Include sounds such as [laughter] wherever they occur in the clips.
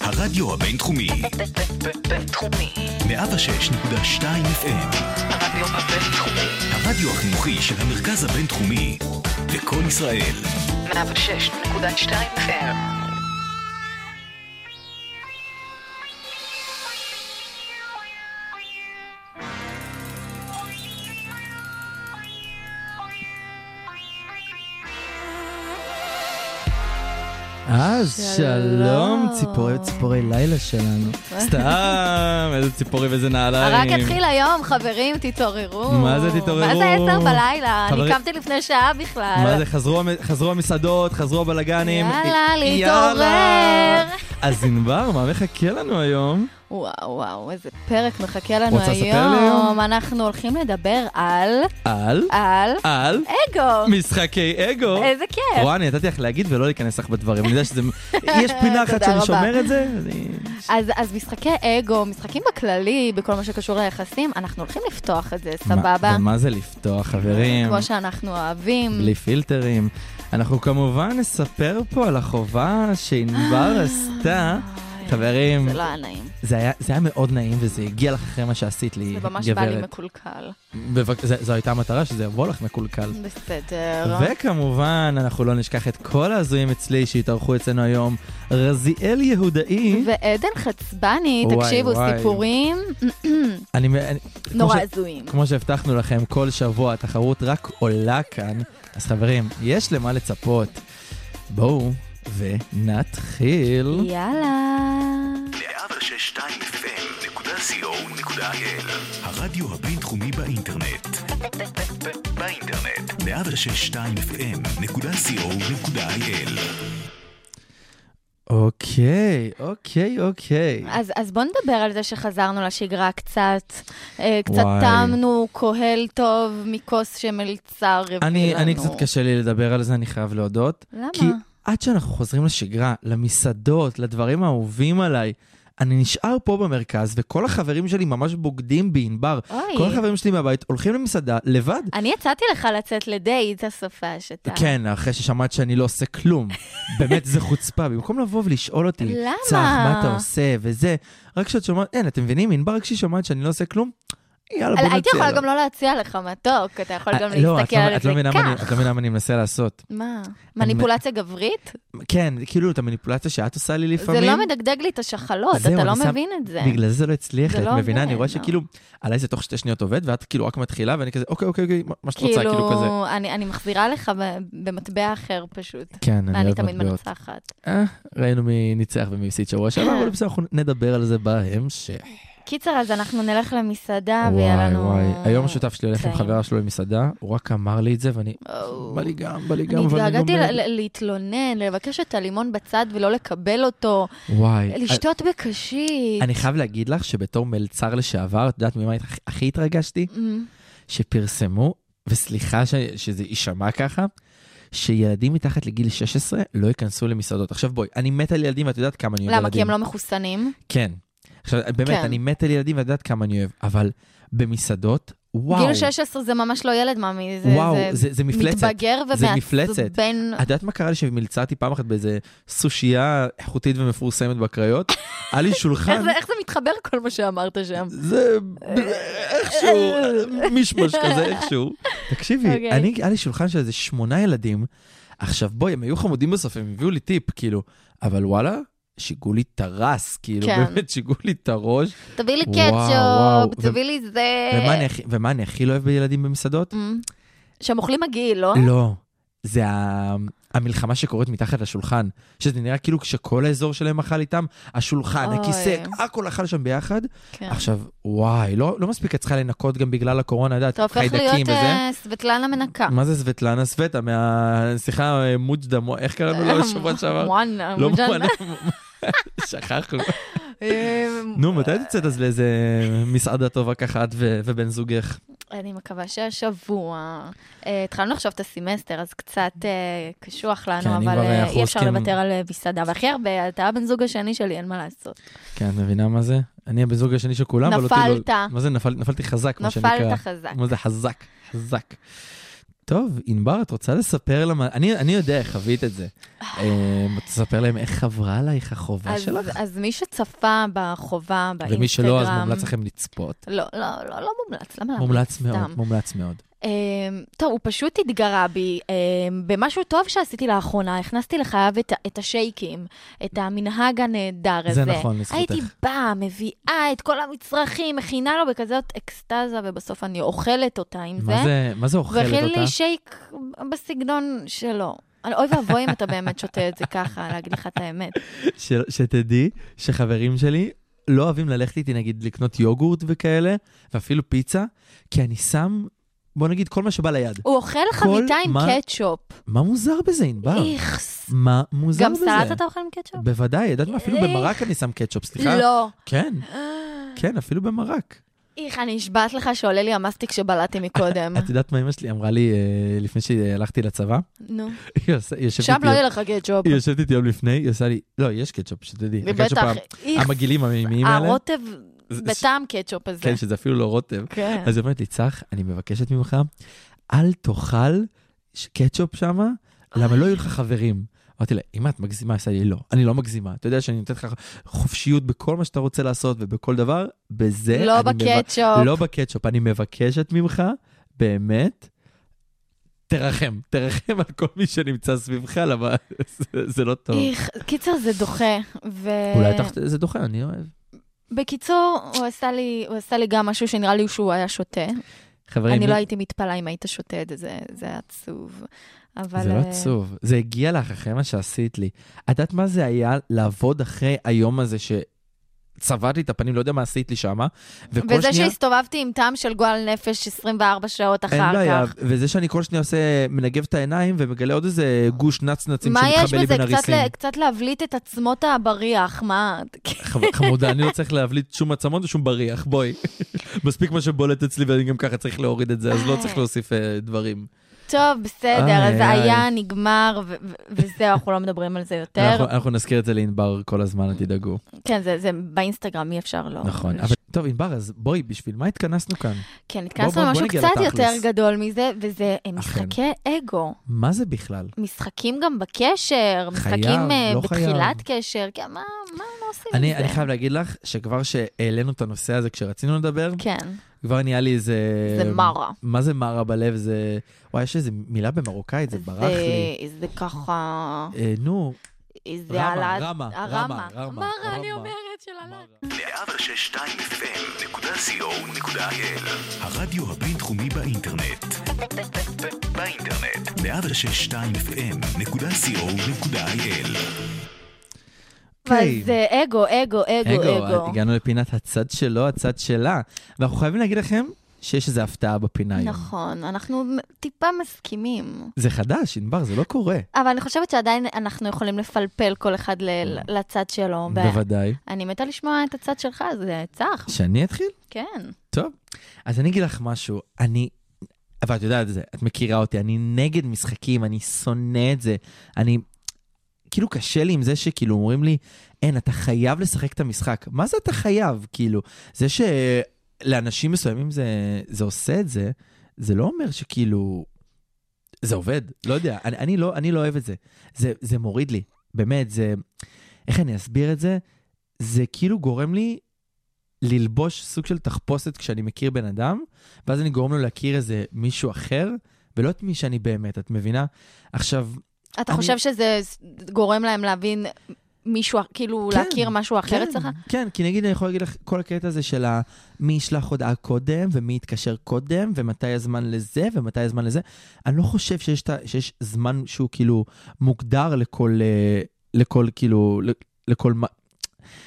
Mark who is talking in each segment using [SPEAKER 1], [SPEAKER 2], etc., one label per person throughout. [SPEAKER 1] הרדיו הבינתחומי,
[SPEAKER 2] בינתחומי.
[SPEAKER 1] 106.2 FM,
[SPEAKER 2] הרדיו הבינתחומי.
[SPEAKER 1] הרדיו החינוכי של המרכז הבינתחומי, לקום ישראל,
[SPEAKER 2] 106.2 FM.
[SPEAKER 3] אז שלום,
[SPEAKER 4] שלום.
[SPEAKER 3] ציפורי וציפורי לילה שלנו.
[SPEAKER 5] סתם, איזה ציפורי ואיזה נעליים.
[SPEAKER 4] רק התחיל היום, חברים, תתעוררו.
[SPEAKER 5] מה זה תתעוררו?
[SPEAKER 4] מה זה עשר בלילה? אני
[SPEAKER 5] חברים-
[SPEAKER 4] קמתי לפני שעה בכלל.
[SPEAKER 5] מה זה, חזרו המ- חזרו המסעדות, חזרו הבלגנים.
[SPEAKER 4] יאללה,
[SPEAKER 5] י-
[SPEAKER 4] להתעורר.
[SPEAKER 5] יאללה. אז ענבר, מה מחכה לנו היום?
[SPEAKER 4] וואו, וואו, איזה פרק מחכה לנו
[SPEAKER 5] רוצה לספר לי
[SPEAKER 4] היום.
[SPEAKER 5] היום?
[SPEAKER 4] אנחנו הולכים לדבר על...
[SPEAKER 5] על?
[SPEAKER 4] על...
[SPEAKER 5] על?
[SPEAKER 4] אגו.
[SPEAKER 5] משחקי אגו.
[SPEAKER 4] איזה כיף.
[SPEAKER 5] רואה, אני נתתי לך להגיד ולא להיכנס לך בדברים. אני יודע
[SPEAKER 4] [laughs]
[SPEAKER 5] שזה... יש פינה אחת
[SPEAKER 4] תודה
[SPEAKER 5] שאני
[SPEAKER 4] רבה.
[SPEAKER 5] שומר את זה? אני-
[SPEAKER 4] אז, אז משחקי אגו, משחקים בכללי, בכל מה שקשור ליחסים, אנחנו הולכים לפתוח את זה,
[SPEAKER 5] מה-
[SPEAKER 4] סבבה?
[SPEAKER 5] ומה זה לפתוח, חברים?
[SPEAKER 4] כמו שאנחנו אוהבים.
[SPEAKER 5] בלי פילטרים. אנחנו כמובן נספר פה על החובה שענבר עשתה.
[SPEAKER 4] איי,
[SPEAKER 5] חברים,
[SPEAKER 4] אה, זה לא היה נעים.
[SPEAKER 5] זה היה, זה היה מאוד נעים, וזה הגיע לך אחרי מה שעשית לי,
[SPEAKER 4] זה ממש בא לי
[SPEAKER 5] גברת.
[SPEAKER 4] מקולקל.
[SPEAKER 5] בבק- זה- זו הייתה המטרה, שזה יבוא לך מקולקל.
[SPEAKER 4] בסדר.
[SPEAKER 5] וכמובן, אנחנו לא נשכח את כל ההזויים אצלי שהתארחו אצלנו היום. רזיאל יהודאי,
[SPEAKER 4] ועדן חצבני,
[SPEAKER 5] וואי,
[SPEAKER 4] תקשיבו,
[SPEAKER 5] וואי.
[SPEAKER 4] סיפורים
[SPEAKER 5] אני... מ- אני- כמו
[SPEAKER 4] נורא
[SPEAKER 5] ש-
[SPEAKER 4] הזויים.
[SPEAKER 5] כמו שהבטחנו לכם, כל שבוע התחרות רק עולה כאן. אז חברים, יש למה לצפות. בואו ונתחיל.
[SPEAKER 4] יאללה.
[SPEAKER 1] 106.2 FM.co.il, הרדיו הבינתחומי באינטרנט, באינטרנט, 106.2 FM.co.il,
[SPEAKER 5] אוקיי, אוקיי, אוקיי.
[SPEAKER 4] אז, אז בוא נדבר על זה שחזרנו לשגרה קצת. אה, קצת
[SPEAKER 5] וואי.
[SPEAKER 4] טעמנו קהל טוב מכוס שמלצר הביא לנו.
[SPEAKER 5] אני, אני קצת קשה לי לדבר על זה, אני חייב להודות.
[SPEAKER 4] למה?
[SPEAKER 5] כי עד שאנחנו חוזרים לשגרה, למסעדות, לדברים האהובים עליי, אני נשאר פה במרכז, וכל החברים שלי ממש בוגדים בי, ענבר.
[SPEAKER 4] אוי.
[SPEAKER 5] כל החברים שלי מהבית הולכים למסעדה לבד.
[SPEAKER 4] אני הצעתי לך לצאת לדייט הסופה שאתה...
[SPEAKER 5] כן, אחרי ששמעת שאני לא עושה
[SPEAKER 4] [laughs]
[SPEAKER 5] כלום. באמת, זה חוצפה. במקום לבוא ולשאול אותי,
[SPEAKER 4] למה?
[SPEAKER 5] צח, מה אתה עושה, וזה, רק כשאת שומעת, אין, אתם מבינים, ענבר, רק כשהיא שומעת שאני לא עושה כלום, יאללה, בוא
[SPEAKER 4] אבל
[SPEAKER 5] נציע
[SPEAKER 4] הייתי יכולה
[SPEAKER 5] לו.
[SPEAKER 4] גם לא להציע לך מתוק, אתה יכול גם
[SPEAKER 5] אה, לא, את
[SPEAKER 4] להסתכל
[SPEAKER 5] לא-
[SPEAKER 4] על
[SPEAKER 5] את
[SPEAKER 4] זה
[SPEAKER 5] לא מבינה מה אני- את
[SPEAKER 4] כך.
[SPEAKER 5] לא מבינה מה אני מנסה לעשות.
[SPEAKER 4] מה? מניפולציה גברית?
[SPEAKER 5] כן, כאילו, את המניפולציה שאת עושה לי
[SPEAKER 4] זה
[SPEAKER 5] לפעמים.
[SPEAKER 4] לא מדגדג לי את השחלות,
[SPEAKER 5] זהו,
[SPEAKER 4] אתה
[SPEAKER 5] אני
[SPEAKER 4] לא
[SPEAKER 5] שם-
[SPEAKER 4] מבין את זה.
[SPEAKER 5] בגלל זה זה לא הצליח,
[SPEAKER 4] זה
[SPEAKER 5] לי, את
[SPEAKER 4] לא
[SPEAKER 5] מבינה?
[SPEAKER 4] עובד,
[SPEAKER 5] אני רואה
[SPEAKER 4] לא.
[SPEAKER 5] שכאילו, עליי זה תוך שתי שניות עובד, ואת כאילו רק מתחילה, ואני כזה, אוקיי, אוקיי, אוקיי, מה- מה שאת רוצה, כאילו כזה.
[SPEAKER 4] כאילו, אני, אני מחזירה לך ב- במטבע אחר פשוט.
[SPEAKER 5] כן, אני
[SPEAKER 4] אני
[SPEAKER 5] אוהב
[SPEAKER 4] תמיד
[SPEAKER 5] מטבעות.
[SPEAKER 4] מנצחת.
[SPEAKER 5] אה, ראינו מי ניצח ומי הפסיד שבוע שעבר, אבל בסדר, אנחנו נדבר על זה בהמשך.
[SPEAKER 4] קיצר, אז אנחנו נלך למסעדה אה, ויהיה
[SPEAKER 5] וואי,
[SPEAKER 4] לנו...
[SPEAKER 5] וואי. היום השותף שלי הולך עם
[SPEAKER 4] טעים.
[SPEAKER 5] חברה שלו למסעדה, הוא רק אמר לי את זה, ואני...
[SPEAKER 4] או.
[SPEAKER 5] בא לי גם, בא לי גם,
[SPEAKER 4] אני
[SPEAKER 5] אבל אני לא
[SPEAKER 4] התגעגעתי
[SPEAKER 5] גומר.
[SPEAKER 4] ל- ל- להתלונן, לבקש את הלימון בצד ולא לקבל אותו,
[SPEAKER 5] וואי.
[SPEAKER 4] לשתות בקשית.
[SPEAKER 5] אני חייב להגיד לך שבתור מלצר לשעבר, את יודעת ממה הכ- הכי התרגשתי?
[SPEAKER 4] אמ,
[SPEAKER 5] שפרסמו, וסליחה ש... שזה יישמע ככה, שילדים מתחת לגיל 16 לא ייכנסו למסעדות. עכשיו בואי, אני מת על ילדים ואת יודעת כמה אני אוהב ילדים.
[SPEAKER 4] למה? כי הם לא מחוסנים?
[SPEAKER 5] כן. עכשיו, באמת,
[SPEAKER 4] כן.
[SPEAKER 5] אני מת על ילדים ואת יודעת כמה אני אוהב, אבל במסעדות, וואו.
[SPEAKER 4] גיל 16 זה ממש לא ילד, מאמי. זה-
[SPEAKER 5] וואו,
[SPEAKER 4] זה
[SPEAKER 5] זה, זה מפלצת.
[SPEAKER 4] מתבגר
[SPEAKER 5] זה מפלצת.
[SPEAKER 4] ומעצבן.
[SPEAKER 5] את יודעת מה קרה לי שמלצרתי פעם אחת באיזה סושייה איכותית ומפורסמת
[SPEAKER 4] [laughs]
[SPEAKER 5] בקריות? היה לי
[SPEAKER 4] איך
[SPEAKER 5] שולחן,
[SPEAKER 4] זה- איך זה מתחבר כל מה שאמרת שם?
[SPEAKER 5] זה איכשהו, מישמש כזה איכשהו. תקשיבי,
[SPEAKER 4] אוקיי.
[SPEAKER 5] אני, היה לי שולחן של איזה שמונה ילדים. עכשיו בואי, הם היו חמודים בסוף, הם הביאו לי טיפ, כאילו, אבל וואלה, שיגעו לי את הרס, כאילו,
[SPEAKER 4] כן.
[SPEAKER 5] באמת שיגעו לי את הראש.
[SPEAKER 4] תביא לי
[SPEAKER 5] וואו, וואו.
[SPEAKER 4] קטשופ,
[SPEAKER 5] ו-
[SPEAKER 4] תביא לי זה.
[SPEAKER 5] ומה אני הכי- ומה אני הכי לא אוהב בילדים במסעדות?
[SPEAKER 4] אמ, שהם אוכלים מגעיל, לא?
[SPEAKER 5] לא, זה ה- המלחמה שקורית מתחת לשולחן, שזה נראה כאילו כשכל האזור שלהם אכל איתם, השולחן,
[SPEAKER 4] אוי.
[SPEAKER 5] הכיסא, הכל אכל שם ביחד.
[SPEAKER 4] כן.
[SPEAKER 5] עכשיו, וואי, לא לא מספיק את צריכה לנקות גם בגלל הקורונה, את יודעת,
[SPEAKER 4] אתה הופך
[SPEAKER 5] חיידקים
[SPEAKER 4] להיות
[SPEAKER 5] וזה.
[SPEAKER 4] אה, סבטלנה מנקה.
[SPEAKER 5] מה זה סבטלנה סווטה? מהשיחה אה, מוג'דה, מו- איך קראנו לו
[SPEAKER 4] [laughs]
[SPEAKER 5] בשבוע לא שעבר?
[SPEAKER 4] וואנה,
[SPEAKER 5] לא
[SPEAKER 4] מוג'אנה.
[SPEAKER 5] מובן, [laughs]
[SPEAKER 4] [laughs]
[SPEAKER 5] שכחנו.
[SPEAKER 4] אה,
[SPEAKER 5] נו, מתי תצאת אז לאיזה מסעדה טובה ככה את ו- ובן זוגך?
[SPEAKER 4] אני מקווה שהשבוע. אה, התחלנו עכשיו את הסמסטר, אז קצת אה, קשוח
[SPEAKER 5] כן,
[SPEAKER 4] לנו,
[SPEAKER 5] אני
[SPEAKER 4] אבל
[SPEAKER 5] כבר,
[SPEAKER 4] אה,
[SPEAKER 5] אנחנו
[SPEAKER 4] אי אפשר
[SPEAKER 5] עוסקים-
[SPEAKER 4] לוותר על אה, מסעדה. והכי הרבה, אתה הבן זוג השני שלי, אין מה לעשות.
[SPEAKER 5] כן, את מבינה מה זה? אני הבן זוג השני של כולם, אבל אותי לא-
[SPEAKER 4] נפלת.
[SPEAKER 5] מה זה נפל- נפלתי חזק, מה שנקרא.
[SPEAKER 4] נפלת חזק.
[SPEAKER 5] מה זה חזק, חזק. טוב, ענבר, את רוצה לספר למה... אני, אני יודע איך חווית את
[SPEAKER 4] [sighs]
[SPEAKER 5] זה. אה, תספר להם איך עברה עלייך החובה
[SPEAKER 4] אז,
[SPEAKER 5] שלך.
[SPEAKER 4] אז מי שצפה בחובה באינסטגרם...
[SPEAKER 5] ומי שלא, אז מומלץ לכם לצפות.
[SPEAKER 4] לא, לא, לא, לא מומלץ, למה?
[SPEAKER 5] מומלץ
[SPEAKER 4] סתם.
[SPEAKER 5] מאוד, מומלץ מאוד.
[SPEAKER 4] אמ, טוב, הוא פשוט התגרה בי אמ, במשהו טוב שעשיתי לאחרונה, הכנסתי לחייו את, ה- את השייקים, את המנהג הנהדר
[SPEAKER 5] זה
[SPEAKER 4] הזה.
[SPEAKER 5] נכון, לזכותך.
[SPEAKER 4] הייתי באה, מביאה את כל המצרכים, מכינה לו בכזאת אקסטזה, ובסוף אני אוכלת אותה עם
[SPEAKER 5] מה
[SPEAKER 4] זה.
[SPEAKER 5] זה, מה זה אוכלת
[SPEAKER 4] והכין
[SPEAKER 5] אותה?
[SPEAKER 4] לי שייק בסגנון שלו. אני- אוי ואבוי אם אתה באמת שותה את זה ככה, [laughs] להגיד לך את האמת.
[SPEAKER 5] ש... שתדעי שחברים שלי לא אוהבים ללכת איתי, נגיד, לקנות יוגורט וכאלה, ואפילו פיצה, כי אני שם, בוא נגיד, כל מה שבא ליד.
[SPEAKER 4] הוא אוכל חביתה עם
[SPEAKER 5] מה-
[SPEAKER 4] קטשופ.
[SPEAKER 5] מה מוזר בזה, ענבר?
[SPEAKER 4] איכס.
[SPEAKER 5] מה מוזר
[SPEAKER 4] גם
[SPEAKER 5] בזה?
[SPEAKER 4] סלט אתה אוכל עם קטשופ?
[SPEAKER 5] בוודאי, יודעת מה? אפילו
[SPEAKER 4] איך?
[SPEAKER 5] במרק אני שם קטשופ, סליחה.
[SPEAKER 4] לא.
[SPEAKER 5] כן, כן, אפילו במרק.
[SPEAKER 4] איך, אני נשבעת לך שעולה לי המסטיק שבלעתי מקודם.
[SPEAKER 5] [laughs] את יודעת מה אמא שלי אמרה לי אה, לפני שהלכתי לצבא?
[SPEAKER 4] נו.
[SPEAKER 5] היא עושה- היא יושבת
[SPEAKER 4] שם
[SPEAKER 5] איתי
[SPEAKER 4] לא
[SPEAKER 5] יום-
[SPEAKER 4] יהיה לך קטשופ.
[SPEAKER 5] היא יושבת איתי יום לפני, היא עושה לי, לא, יש קטשופ, שתדעי. הקטשופ
[SPEAKER 4] בטח,
[SPEAKER 5] המ-
[SPEAKER 4] איך,
[SPEAKER 5] המגעילים המימיים האלה.
[SPEAKER 4] הרוטב
[SPEAKER 5] זה-
[SPEAKER 4] בטעם קטשופ הזה.
[SPEAKER 5] כן, שזה אפילו לא רוטב.
[SPEAKER 4] כן.
[SPEAKER 5] אז היא אומרת לי, צח, אני מבקשת ממך, אל תאכל ש- קטשופ שמה, למה לא יהיו לך חברים. אמרתי לה, אמא, את מגזימה? עשה לי, לא, אני לא מגזימה. אתה יודע שאני נותנת לך חופשיות בכל מה שאתה רוצה לעשות ובכל דבר, בזה
[SPEAKER 4] לא
[SPEAKER 5] אני מבק-
[SPEAKER 4] בקטשופ.
[SPEAKER 5] לא בקטשופ, אני מבקשת ממך, באמת, תרחם, תרחם על כל מי שנמצא סביבך, למה זה, זה לא טוב.
[SPEAKER 4] איך, קיצר זה דוחה, ו...
[SPEAKER 5] אולי תחת... זה דוחה, אני אוהב.
[SPEAKER 4] בקיצור, הוא עשה לי- הוא עשה לי גם משהו שנראה לי שהוא היה שותה.
[SPEAKER 5] חברים,
[SPEAKER 4] אני לא הייתי מתפלאה אם היית שותה את זה, זה, זה עצוב. אבל...
[SPEAKER 5] זה לא
[SPEAKER 4] אה,
[SPEAKER 5] עצוב, זה הגיע לך אחרי מה שעשית לי. את יודעת מה זה היה לעבוד אחרי היום הזה ש... צבעתי את הפנים, לא יודע מה עשית לי שמה, וכל
[SPEAKER 4] וזה
[SPEAKER 5] שנייה...
[SPEAKER 4] שהסתובבתי עם טעם של גועל נפש 24 שעות אחר
[SPEAKER 5] אין
[SPEAKER 4] כך.
[SPEAKER 5] בעיה, וזה שאני כל שנייה עושה, מנגב את העיניים ומגלה עוד איזה גוש נצנצים
[SPEAKER 4] מה יש
[SPEAKER 5] שמתחבא לי
[SPEAKER 4] בזה?
[SPEAKER 5] בין
[SPEAKER 4] קצת,
[SPEAKER 5] הריסים.
[SPEAKER 4] ל... קצת להבליט את עצמות הבריח, מה? [laughs]
[SPEAKER 5] חמ- חמודה, אני לא צריך להבליט שום עצמות ושום בריח,
[SPEAKER 4] [laughs]
[SPEAKER 5] בואי. מספיק מה שבולט אצלי ואני גם ככה צריך להוריד את זה, אז לא צריך להוסיף אה, דברים.
[SPEAKER 4] טוב, בסדר,
[SPEAKER 5] איי,
[SPEAKER 4] אז
[SPEAKER 5] איי.
[SPEAKER 4] היה, נגמר, ו- ו- וזהו, אנחנו לא מדברים על זה יותר.
[SPEAKER 5] אנחנו אנחנו נזכיר את זה לענבר כל הזמן, אל תדאגו.
[SPEAKER 4] כן, זה זה באינסטגרם, אי אפשר לא...
[SPEAKER 5] נכון.
[SPEAKER 4] לש-
[SPEAKER 5] אבל טוב, ענבר, אז בואי, בשביל מה התכנסנו כאן?
[SPEAKER 4] כן, התכנסנו
[SPEAKER 5] בוא- בוא
[SPEAKER 4] למשהו
[SPEAKER 5] נגיע
[SPEAKER 4] קצת
[SPEAKER 5] לתכלס.
[SPEAKER 4] יותר גדול מזה, וזה אה,
[SPEAKER 5] אכן.
[SPEAKER 4] משחקי אגו.
[SPEAKER 5] מה זה בכלל?
[SPEAKER 4] משחקים גם בקשר, משחקים אה,
[SPEAKER 5] לא חייב.
[SPEAKER 4] בתחילת קשר, כן, מה מה לא עושים עם
[SPEAKER 5] אני
[SPEAKER 4] זה?
[SPEAKER 5] אני חייב להגיד לך שכבר שהעלינו את הנושא הזה כשרצינו לדבר,
[SPEAKER 4] כן,
[SPEAKER 5] כבר נהיה לי איזה...
[SPEAKER 4] זה מרה.
[SPEAKER 5] מה זה מרה בלב? זה... וואי, יש איזה מילה במרוקאית, זה ברח לי.
[SPEAKER 4] זה- זה ככה...
[SPEAKER 5] אה, נו,
[SPEAKER 4] זה
[SPEAKER 5] רמה,
[SPEAKER 4] העלאת...
[SPEAKER 5] רמה, רמה,
[SPEAKER 4] הרמה.
[SPEAKER 5] רמה.
[SPEAKER 4] מרה, אני
[SPEAKER 5] רמה.
[SPEAKER 4] אומרת של העלאת.
[SPEAKER 1] 106.2 FM.co.il הרדיו הבינתחומי באינטרנט. באינטרנט. 106.2 FM.co.il
[SPEAKER 5] אוקיי. אה,
[SPEAKER 4] אבל זה אגו, אגו, אגו, אגו.
[SPEAKER 5] הגענו לפינת הצד שלו, הצד שלה. ואנחנו חייבים להגיד לכם שיש איזו הפתעה בפינה היום.
[SPEAKER 4] נכון, אנחנו מ- טיפה מסכימים.
[SPEAKER 5] זה חדש, ענבר, זה לא קורה.
[SPEAKER 4] אבל אני חושבת שעדיין אנחנו יכולים לפלפל כל אחד ל-
[SPEAKER 5] כן.
[SPEAKER 4] לצד שלו.
[SPEAKER 5] בוודאי.
[SPEAKER 4] אני מתה לשמוע את הצד שלך, זה צח,
[SPEAKER 5] שאני אתחיל?
[SPEAKER 4] כן.
[SPEAKER 5] טוב. אז אני אגיד לך משהו, אני... אבל את יודעת את זה, את מכירה אותי, אני נגד משחקים, אני שונא את זה. אני... כאילו קשה לי עם זה שכאילו אומרים לי, אין, אתה חייב לשחק את המשחק. מה זה אתה חייב? כאילו, זה שלאנשים מסוימים זה, זה עושה את זה, זה לא אומר שכאילו... זה עובד, לא יודע, אני, אני, לא, אני לא אוהב את זה. זה. זה מוריד לי, באמת, זה... איך אני אסביר את זה? זה כאילו גורם לי ללבוש סוג של תחפושת כשאני מכיר בן אדם, ואז אני גורם לו להכיר איזה מישהו אחר, ולא את מי שאני באמת, את מבינה? עכשיו,
[SPEAKER 4] אתה
[SPEAKER 5] אני-
[SPEAKER 4] חושב שזה ס- גורם להם להבין מישהו, אח- כאילו
[SPEAKER 5] כן,
[SPEAKER 4] להכיר משהו אחר
[SPEAKER 5] כן,
[SPEAKER 4] אצלך?
[SPEAKER 5] כן, כי נגיד אני יכול להגיד לך, כל הקטע הזה של ה- מי ישלח הודעה קודם, ומי יתקשר קודם, ומתי הזמן לזה, ומתי הזמן לזה. אני לא חושב שיש, את ה- שיש זמן שהוא כאילו מוגדר לכל, אה, לכל כאילו, ל- לכל מה...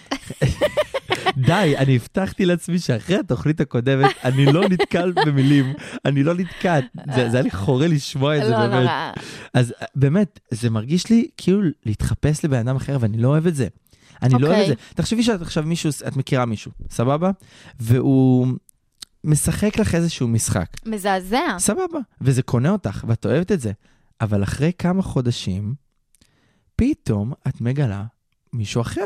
[SPEAKER 5] [laughs] די, אני הבטחתי לעצמי שאחרי התוכנית הקודמת, אני לא נתקל במילים, אני לא נתקעת. זה, זה היה לי חורה לשמוע את זה,
[SPEAKER 4] לא
[SPEAKER 5] באמת.
[SPEAKER 4] נורא.
[SPEAKER 5] אז באמת, זה מרגיש לי כאילו להתחפש לבן אדם אחר, ואני לא אוהב את זה. אני לא אוהב את
[SPEAKER 4] אוקיי.
[SPEAKER 5] זה. תחשבי שאת עכשיו מישהו, את מכירה מישהו, סבבה? והוא משחק לך איזשהו משחק,
[SPEAKER 4] מזעזע.
[SPEAKER 5] סבבה, וזה קונה אותך, ואת אוהבת את זה. אבל אחרי כמה חודשים, פתאום את מגלה מישהו אחר.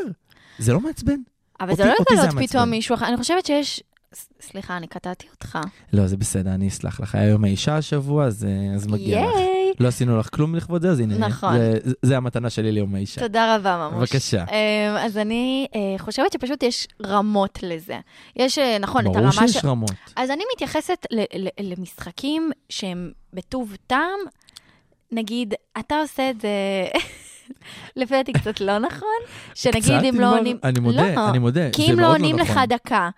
[SPEAKER 5] זה לא מעצבן.
[SPEAKER 4] אבל זה
[SPEAKER 5] אותי-
[SPEAKER 4] לא
[SPEAKER 5] אותי זה
[SPEAKER 4] לגלות
[SPEAKER 5] מעצבן.
[SPEAKER 4] פתאום מישהו אחר. אני חושבת שיש ס- סליחה, אני קטעתי אותך.
[SPEAKER 5] לא, זה בסדר, אני אסלח לך. היה יום האישה השבוע, אז, אה, אז מגיע לך.
[SPEAKER 4] ייי!
[SPEAKER 5] לא עשינו לך כלום לכבוד זה, אז הנה.
[SPEAKER 4] נכון.
[SPEAKER 5] זה, זה- זה המתנה שלי ליום האישה.
[SPEAKER 4] תודה רבה ממש.
[SPEAKER 5] בבקשה.
[SPEAKER 4] אמ, אז אני אה, חושבת שפשוט יש רמות לזה. יש, אה, נכון, את
[SPEAKER 5] ברור
[SPEAKER 4] הרמה של...
[SPEAKER 5] שיש רמות.
[SPEAKER 4] אז אני מתייחסת ל- ל- למשחקים שהם בטוב טעם. נגיד, אתה עושה את זה, [laughs] לפי דעתי קצת לא נכון, שנגיד
[SPEAKER 5] קצת,
[SPEAKER 4] אם
[SPEAKER 5] ענבל?
[SPEAKER 4] לא עונים...
[SPEAKER 5] אני מודה,
[SPEAKER 4] לא,
[SPEAKER 5] אני מודה.
[SPEAKER 4] כי
[SPEAKER 5] זה
[SPEAKER 4] אם
[SPEAKER 5] מאוד
[SPEAKER 4] לא עונים לך
[SPEAKER 5] נכון.
[SPEAKER 4] דקה,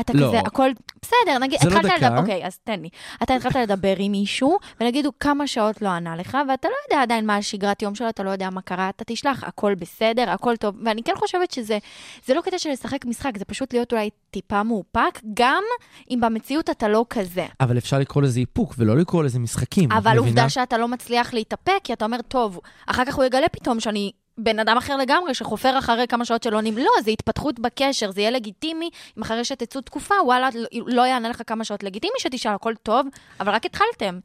[SPEAKER 4] אתה
[SPEAKER 5] לא.
[SPEAKER 4] כזה, הכל... בסדר, נגיד,
[SPEAKER 5] זה לא
[SPEAKER 4] התחלת
[SPEAKER 5] דקה.
[SPEAKER 4] לדבר, אוקיי, אז תן לי. אתה התחלת לדבר עם מישהו, ונגיד הוא כמה שעות לא ענה לך, ואתה לא יודע עדיין מה השגרת יום שלו, אתה לא יודע מה קרה, אתה תשלח, הכל בסדר, הכל טוב. ואני כן חושבת שזה זה לא קטע של לשחק משחק, זה פשוט להיות אולי טיפה מאופק, גם אם במציאות אתה לא כזה.
[SPEAKER 5] אבל אפשר לקרוא לזה איפוק, ולא לקרוא לזה משחקים. את
[SPEAKER 4] אבל
[SPEAKER 5] מבינה?
[SPEAKER 4] עובדה שאתה לא מצליח להתאפק, כי אתה אומר, טוב, אחר כך הוא יגלה פתאום שאני בן אדם אחר לגמרי, שחופר אחרי כמה שעות שלא עונים. לא, זה התפתחות בקשר, זה יהיה לגיטימי אם אחרי שתצאו תקופה, וואלה, לא- לא יענה לך כמה שעות. לגיטימי שתשאל, הכל טוב, אבל רק התחלתם.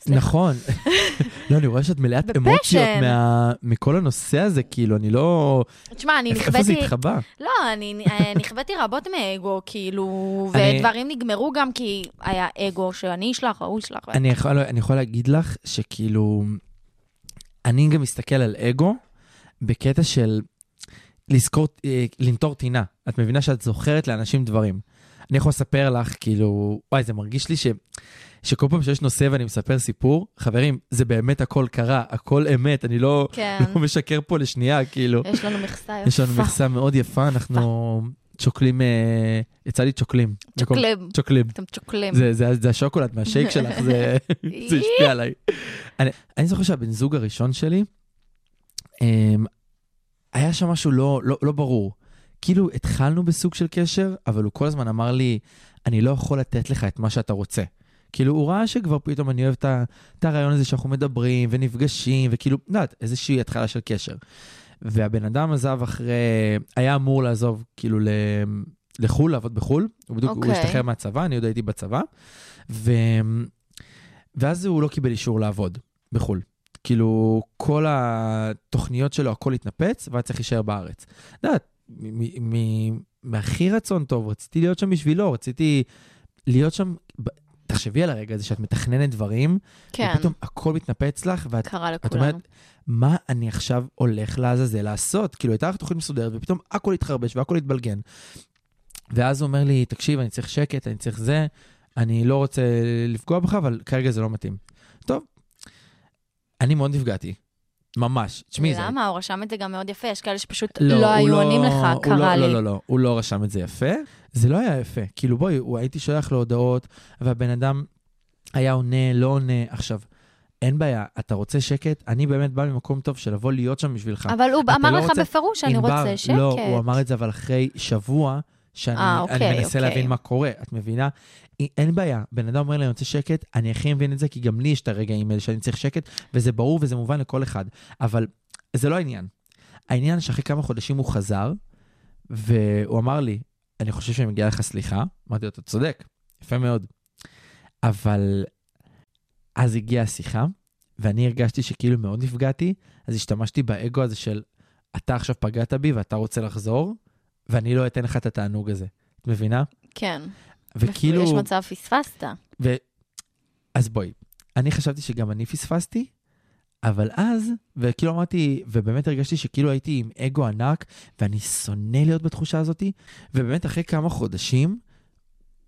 [SPEAKER 4] סליחה. [laughs]
[SPEAKER 5] נכון. לא, אני רואה שאת מלאת
[SPEAKER 4] בפשן.
[SPEAKER 5] אמוציות מה- מכל הנושא הזה, כאילו, אני לא...
[SPEAKER 4] תשמע, אני
[SPEAKER 5] איפה זה
[SPEAKER 4] נכוויתי...
[SPEAKER 5] התחבא?
[SPEAKER 4] לא, אני אה, נכוויתי רבות מאגו, כאילו,
[SPEAKER 5] [laughs] אני-
[SPEAKER 4] ודברים נגמרו גם כי היה אגו שאני אשלח, ההוא ישלח.
[SPEAKER 5] אני יכול, לא, אני יכול להגיד לך שכאילו, אני גם מסתכל על אגו בקטע של לזכור, אה, לנטור טינה. את מבינה שאת זוכרת לאנשים דברים. אני יכול לספר לך, כאילו, וואי, זה מרגיש לי ש... שכל פעם שיש נושא ואני מספר סיפור, חברים, זה באמת הכל קרה, הכל אמת, אני לא,
[SPEAKER 4] כן.
[SPEAKER 5] לא משקר פה לשנייה, כאילו.
[SPEAKER 4] יש לנו מכסה
[SPEAKER 5] [laughs]
[SPEAKER 4] יפה.
[SPEAKER 5] יש לנו מכסה מאוד יפה, אנחנו צ'וקלים, אה, יצא לי צ'וקלים.
[SPEAKER 4] צ'וקלם.
[SPEAKER 5] צ'וקלים.
[SPEAKER 4] אתם צ'וקלים.
[SPEAKER 5] זה, זה, זה השוקולד מהשייק שלך, זה, זה השפיע עליי. אני, אני זוכר שהבן זוג הראשון שלי, אמ, היה שם משהו לא, לא, לא ברור. כאילו התחלנו בסוג של קשר, אבל הוא כל הזמן אמר לי, אני לא יכול לתת לך את מה שאתה רוצה. כאילו, הוא ראה שכבר פתאום אני אוהב את ה- את הרעיון הזה שאנחנו מדברים ונפגשים, וכאילו, את יודעת, איזושהי התחלה של קשר. והבן אדם עזב אחרי, היה אמור לעזוב, כאילו, ל... לחו"ל, לעבוד בחו"ל. הוא בדיוק, הוא
[SPEAKER 4] אוקיי.
[SPEAKER 5] השתחרר מהצבא, אני עוד הייתי בצבא. ו... ואז הוא לא קיבל אישור לעבוד בחו"ל. כאילו, כל התוכניות שלו, הכל התנפץ, והיה צריך להישאר בארץ. את יודעת, מ- מ- מ- מהכי רצון טוב, רציתי להיות שם בשבילו, רציתי להיות שם... ב- תחשבי על הרגע הזה שאת מתכננת דברים,
[SPEAKER 4] כן,
[SPEAKER 5] ופתאום הכל מתנפץ לך, ואת
[SPEAKER 4] קרה
[SPEAKER 5] את
[SPEAKER 4] לכולנו.
[SPEAKER 5] אומרת, מה אני עכשיו הולך לעזאזל לעשות? כאילו, הייתה לך תוכנית מסודרת, ופתאום הכל התחרבש והכל התבלגן. ואז הוא אומר לי, תקשיב, אני צריך שקט, אני צריך זה, אני לא רוצה לפגוע בך, אבל כרגע זה לא מתאים. טוב, אני מאוד נפגעתי, ממש. תשמעי, זה...
[SPEAKER 4] למה? הוא רשם את זה גם מאוד יפה, יש כאלה שפשוט
[SPEAKER 5] הוא
[SPEAKER 4] לא היו עונים לך,
[SPEAKER 5] הוא
[SPEAKER 4] קרה
[SPEAKER 5] לא, לא,
[SPEAKER 4] לי.
[SPEAKER 5] לא, לא, הוא לא רשם את זה יפה. זה לא היה יפה. כאילו, בואי, הוא- הייתי שולח לו הודעות, והבן אדם היה עונה, לא עונה. עכשיו, אין בעיה, אתה רוצה שקט? אני באמת בא ממקום טוב של לבוא להיות שם בשבילך.
[SPEAKER 4] אבל הוא
[SPEAKER 5] אתה
[SPEAKER 4] אמר
[SPEAKER 5] לא
[SPEAKER 4] לך
[SPEAKER 5] רוצה-
[SPEAKER 4] בפירוש שאני רוצה
[SPEAKER 5] ענבר,
[SPEAKER 4] שקט.
[SPEAKER 5] לא, הוא אמר את זה אבל אחרי שבוע, שאני
[SPEAKER 4] אה,
[SPEAKER 5] אני
[SPEAKER 4] אוקיי,
[SPEAKER 5] מנסה
[SPEAKER 4] אוקיי.
[SPEAKER 5] להבין מה קורה, את מבינה? אי- אין בעיה, בן אדם אומר לי, אני רוצה שקט, אני הכי מבין את זה, כי גם לי יש את הרגעים האלה שאני צריך שקט, וזה ברור וזה מובן לכל אחד. אבל זה לא העניין. העניין שאחרי כמה חודשים הוא חזר, והוא אמר לי, אני חושב שמגיעה לך סליחה. אמרתי לו, אתה צודק, יפה מאוד. אבל אז הגיעה השיחה, ואני הרגשתי שכאילו מאוד נפגעתי, אז השתמשתי באגו הזה של, אתה עכשיו פגעת בי ואתה רוצה לחזור, ואני לא אתן לך את התענוג הזה. את מבינה?
[SPEAKER 4] כן.
[SPEAKER 5] וכאילו...
[SPEAKER 4] יש מצב פספסת.
[SPEAKER 5] ו... אז בואי, אני חשבתי שגם אני פספסתי, אבל אז, וכאילו אמרתי, ובאמת הרגשתי שכאילו הייתי עם אגו ענק, ואני שונא להיות בתחושה הזאתי, ובאמת אחרי כמה חודשים,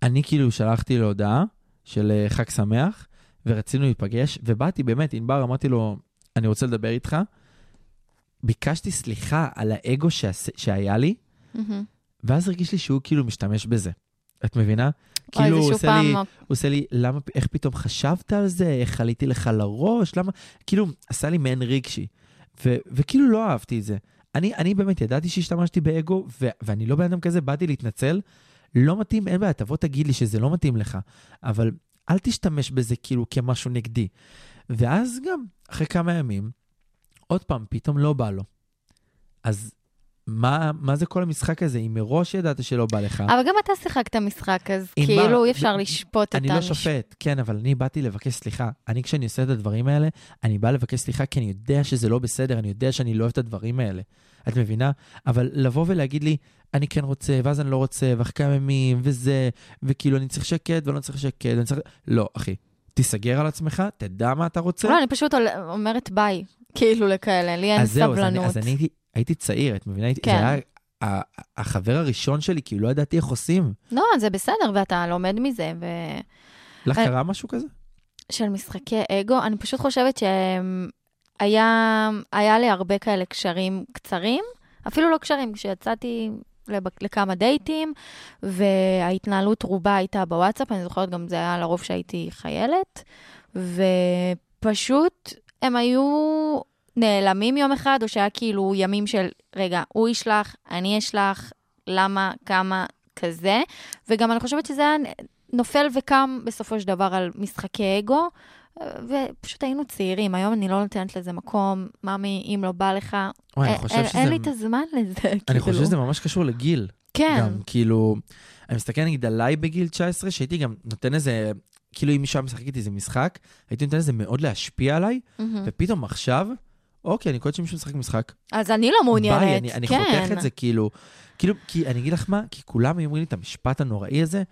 [SPEAKER 5] אני כאילו שלחתי לו הודעה של אה, חג שמח, ורצינו להיפגש, ובאתי באמת, ענבר, אמרתי לו, אני רוצה לדבר איתך. ביקשתי סליחה על האגו שעש... שהיה לי,
[SPEAKER 4] מהמם.
[SPEAKER 5] ואז הרגיש לי שהוא כאילו משתמש בזה. את מבינה?
[SPEAKER 4] אוי,
[SPEAKER 5] כאילו
[SPEAKER 4] זה
[SPEAKER 5] הוא
[SPEAKER 4] שוב
[SPEAKER 5] עושה לי...
[SPEAKER 4] פעם,
[SPEAKER 5] הוא עושה לי, למה, איך פתאום חשבת על זה? איך עליתי לך לראש? למה? כאילו, עשה לי מעין רגשי. ו, וכאילו לא אהבתי את זה. אני, אני באמת ידעתי שהשתמשתי באגו, ו, ואני לא בן אדם כזה, באתי להתנצל. לא מתאים, אין בעיה, תבוא תגיד לי שזה לא מתאים לך. אבל אל תשתמש בזה כאילו כמשהו נגדי. ואז גם, אחרי כמה ימים, עוד פעם, פתאום לא בא לו. אז מה, מה זה כל המשחק הזה, אם מראש ידעת שלא בא לך?
[SPEAKER 4] אבל גם אתה שיחקת משחק, אז
[SPEAKER 5] עם
[SPEAKER 4] כאילו
[SPEAKER 5] מה?
[SPEAKER 4] אי אפשר
[SPEAKER 5] ב-
[SPEAKER 4] לשפוט
[SPEAKER 5] אני
[SPEAKER 4] אותם.
[SPEAKER 5] לא שופט, כן, אבל אני באתי לבקש סליחה. אני, כשאני עושה את הדברים האלה, אני בא לבקש סליחה כי אני יודע שזה לא בסדר, אני יודע שאני לא אוהב את הדברים האלה. את מבינה? אבל לבוא ולהגיד לי, אני כן רוצה, ואז אני לא רוצה, ואחרי כמה ימים, וזה, וכאילו, אני צריך שקט, ואני לא צריך שקט, ואני צריך... לא, אחי, תיסגר על עצמך, תדע מה אתה רוצה.
[SPEAKER 4] לא, אני פשוט עול- אומרת ביי, כאילו לכאלה, לי אין
[SPEAKER 5] אז זהו, אז אני-
[SPEAKER 4] סבלנות.
[SPEAKER 5] אז אני הייתי- הייתי צעיר, את מבינה? הייתי-
[SPEAKER 4] כן.
[SPEAKER 5] זה היה ה- ה- החבר הראשון שלי, כי לא ידעתי איך עושים.
[SPEAKER 4] לא, זה בסדר, ואתה לומד מזה, ו...
[SPEAKER 5] לך
[SPEAKER 4] אני-
[SPEAKER 5] קרה משהו כזה?
[SPEAKER 4] של משחקי אגו, אני פשוט חושבת שהיה היה לי הרבה כאלה קשרים קצרים, אפילו לא קשרים, כשיצאתי לבק- לכמה דייטים, וההתנהלות רובה הייתה בוואטסאפ, אני זוכרת גם זה היה לרוב שהייתי חיילת, ופשוט הם היו נעלמים יום אחד, או שהיה כאילו ימים של, רגע, הוא ישלח, אני אשלח, למה, כמה, כזה, וגם אני חושבת שזה היה נופל וקם בסופו של דבר על משחקי אגו, ופשוט היינו צעירים. היום אני לא נותנת לזה מקום, ממי, אם לא בא לך,
[SPEAKER 5] וואי,
[SPEAKER 4] אין,
[SPEAKER 5] אני חושב
[SPEAKER 4] אין,
[SPEAKER 5] שזה...
[SPEAKER 4] אה, אין לי את הזמן לזה.
[SPEAKER 5] אני
[SPEAKER 4] כאילו.
[SPEAKER 5] חושב שזה ממש קשור לגיל.
[SPEAKER 4] כן,
[SPEAKER 5] גם, כאילו, אני מסתכל נגיד עליי בגיל 19, שהייתי גם נותן איזה, כאילו אם מישהו היה משחק איתי איזה משחק, הייתי נותן לזה מאוד להשפיע עליי,
[SPEAKER 4] מהמם.
[SPEAKER 5] ופתאום עכשיו, אוקיי, אני קולט שמישהו משחק משחק.
[SPEAKER 4] אז אני לא מעוניינת.
[SPEAKER 5] ביי, אני, אני
[SPEAKER 4] כן.
[SPEAKER 5] חותך את זה, כאילו, כאילו, כי אני אגיד לך מה, כי כולם היו אומרים לי את המשפט הנוראי הזה,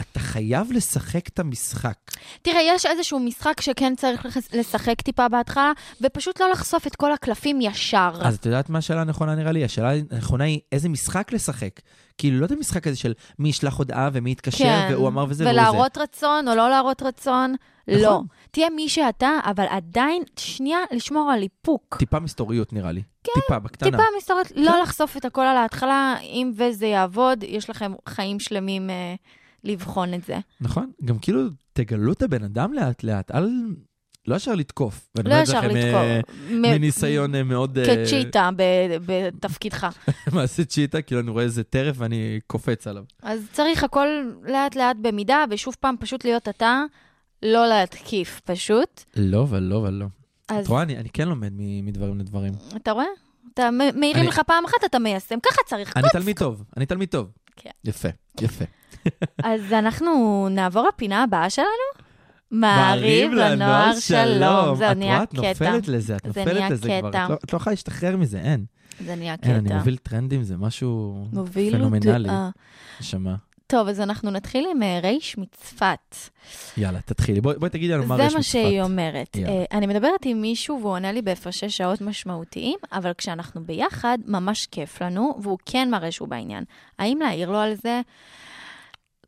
[SPEAKER 5] אתה חייב לשחק את המשחק.
[SPEAKER 4] תראה, יש איזשהו משחק שכן צריך לח- לשחק טיפה בהתחלה, ופשוט לא לחשוף את כל הקלפים ישר.
[SPEAKER 5] אז את יודעת מה השאלה הנכונה נראה לי? השאלה הנכונה היא איזה משחק לשחק. כאילו, לא את המשחק הזה של מי ישלח הודעה ומי יתקשר,
[SPEAKER 4] כן.
[SPEAKER 5] והוא אמר וזה והוא זה.
[SPEAKER 4] ולהראות רצון או לא להראות רצון, לא.
[SPEAKER 5] נכון.
[SPEAKER 4] תהיה מי שאתה, אבל עדיין, שנייה, לשמור על איפוק.
[SPEAKER 5] טיפה מסתוריות נראה לי. כן, טיפה, בקטנה.
[SPEAKER 4] טיפה מסתורת,
[SPEAKER 5] כן.
[SPEAKER 4] לא לחשוף את הכל על ההתחלה, אם וזה יעבוד, יש לכם חיים שלמים אה, לבחון את זה.
[SPEAKER 5] נכון, גם כאילו תגלו את הבן אדם לאט לאט, אל... לא ישר לתקוף. ואני
[SPEAKER 4] לא
[SPEAKER 5] אומר את זה
[SPEAKER 4] ישר
[SPEAKER 5] לכם, אה,
[SPEAKER 4] לתקור. מ-
[SPEAKER 5] מניסיון אה, מאוד... אה, [laughs]
[SPEAKER 4] כצ'יטה ב- בתפקידך.
[SPEAKER 5] מעשה צ'יטה, כאילו אני רואה איזה טרף ואני קופץ עליו.
[SPEAKER 4] אז צריך הכל לאט לאט במידה, ושוב פעם, פשוט להיות אתה, לא להתקיף, פשוט.
[SPEAKER 5] לא, אבל לא, אבל לא.
[SPEAKER 4] אז
[SPEAKER 5] את רואה, אני אני כן לומד מ- מדברים לדברים.
[SPEAKER 4] אתה רואה? אתה מ- מעירים
[SPEAKER 5] אני-
[SPEAKER 4] לך פעם אחת, אתה מיישם, ככה צריך.
[SPEAKER 5] אני תלמיד טוב, אני תלמיד טוב.
[SPEAKER 4] כן.
[SPEAKER 5] יפה, יפה.
[SPEAKER 4] אז אנחנו נעבור לפינה הבאה שלנו. מעריב לנוער שלום.
[SPEAKER 5] את
[SPEAKER 4] זה
[SPEAKER 5] רואה,
[SPEAKER 4] נהיה
[SPEAKER 5] את
[SPEAKER 4] קטע.
[SPEAKER 5] נופלת לזה, את
[SPEAKER 4] זה נהיה
[SPEAKER 5] נופלת לזה כבר.
[SPEAKER 4] קטע.
[SPEAKER 5] את לא- את לא יכולה להשתחרר מזה, אין.
[SPEAKER 4] זה נהיה
[SPEAKER 5] אין, כן, אני
[SPEAKER 4] קטע.
[SPEAKER 5] מוביל טרנדים, זה משהו
[SPEAKER 4] מוביל אה.
[SPEAKER 5] פנומנלי.
[SPEAKER 4] הודעה.
[SPEAKER 5] נשמה.
[SPEAKER 4] טוב, אז אנחנו נתחיל עם אה, רייש מצפת.
[SPEAKER 5] יאללה, תתחילי. בואי בואי תגידי לנו מה
[SPEAKER 4] זה
[SPEAKER 5] רשת
[SPEAKER 4] מה שהיא
[SPEAKER 5] צפת.
[SPEAKER 4] אומרת.
[SPEAKER 5] יאללה.
[SPEAKER 4] אה, אני מדברת עם מישהו והוא עונה לי בהפרשי שעות משמעותיים, אבל כשאנחנו ביחד, ממש כיף לנו, והוא כן מראה שהוא בעניין. האם להעיר לו על זה?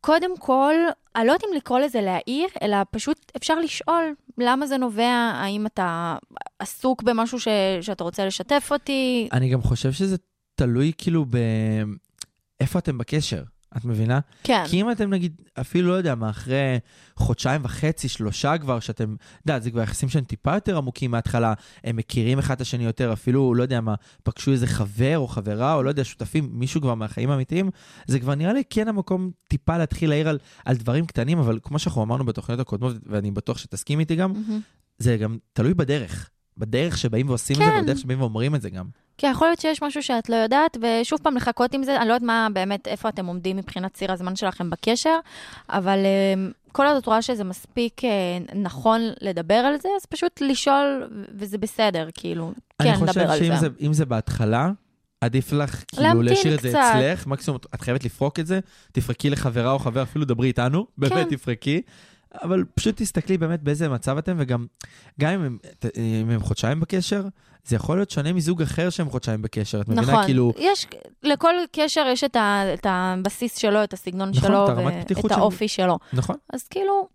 [SPEAKER 4] קודם כל, אני לא יודעת אם לקרוא לזה להעיר, אלא פשוט אפשר לשאול למה זה נובע, האם אתה עסוק במשהו ש... שאתה רוצה לשתף אותי.
[SPEAKER 5] אני גם חושב שזה תלוי כאילו ב... איפה אתם בקשר, את מבינה?
[SPEAKER 4] כן.
[SPEAKER 5] כי אם אתם נגיד, אפילו לא יודע מה, אחרי חודשיים וחצי, שלושה כבר, שאתם, את יודעת, זה כבר יחסים שהם טיפה יותר עמוקים מההתחלה, הם מכירים אחד את השני יותר, אפילו, לא יודע מה, פגשו איזה חבר או חברה, או לא יודע, שותפים, מישהו כבר מהחיים האמיתיים, זה כבר נראה לי כן המקום טיפה להתחיל להעיר על, על דברים קטנים, אבל כמו שאנחנו אמרנו בתוכניות הקודמות, ואני בטוח שתסכים איתי גם,
[SPEAKER 4] מהמם.
[SPEAKER 5] זה גם תלוי בדרך. בדרך שבאים ועושים את
[SPEAKER 4] כן.
[SPEAKER 5] זה, ובדרך שבאים ואומרים את זה גם.
[SPEAKER 4] כי יכול להיות שיש משהו שאת לא יודעת, ושוב פעם לחכות עם זה, אני לא יודעת מה באמת, איפה אתם עומדים מבחינת ציר הזמן שלכם בקשר, אבל אמ, כל עוד את רואה שזה מספיק אה, נכון לדבר על זה, אז פשוט לשאול, ו- וזה בסדר, כאילו, כן,
[SPEAKER 5] אני
[SPEAKER 4] נדבר
[SPEAKER 5] חושב
[SPEAKER 4] על זה.
[SPEAKER 5] שאם זה, אם זה בהתחלה, עדיף לך כאילו
[SPEAKER 4] להמתין
[SPEAKER 5] להשאיר את זה
[SPEAKER 4] קצת.
[SPEAKER 5] אצלך, מקסימום את- את חייבת לפרוק את זה, תפרקי לחברה או חבר, אפילו דברי
[SPEAKER 4] כן.
[SPEAKER 5] איתנו, באמת תפרקי, אבל פשוט תסתכלי באמת באיזה מצב אתם, וגם גם אם הם, ת- אם הם חודשיים בקשר, זה יכול להיות שונה מזוג אחר שהם חודשיים בקשר, את מבינה?
[SPEAKER 4] נכון,
[SPEAKER 5] כאילו,
[SPEAKER 4] יש, לכל קשר יש את, ה, את הבסיס שלו, את הסגנון
[SPEAKER 5] נכון,
[SPEAKER 4] שלו,
[SPEAKER 5] את הרמת פתיחות
[SPEAKER 4] ואת
[SPEAKER 5] של-
[SPEAKER 4] האופי שלו.
[SPEAKER 5] נכון,
[SPEAKER 4] אז כאילו,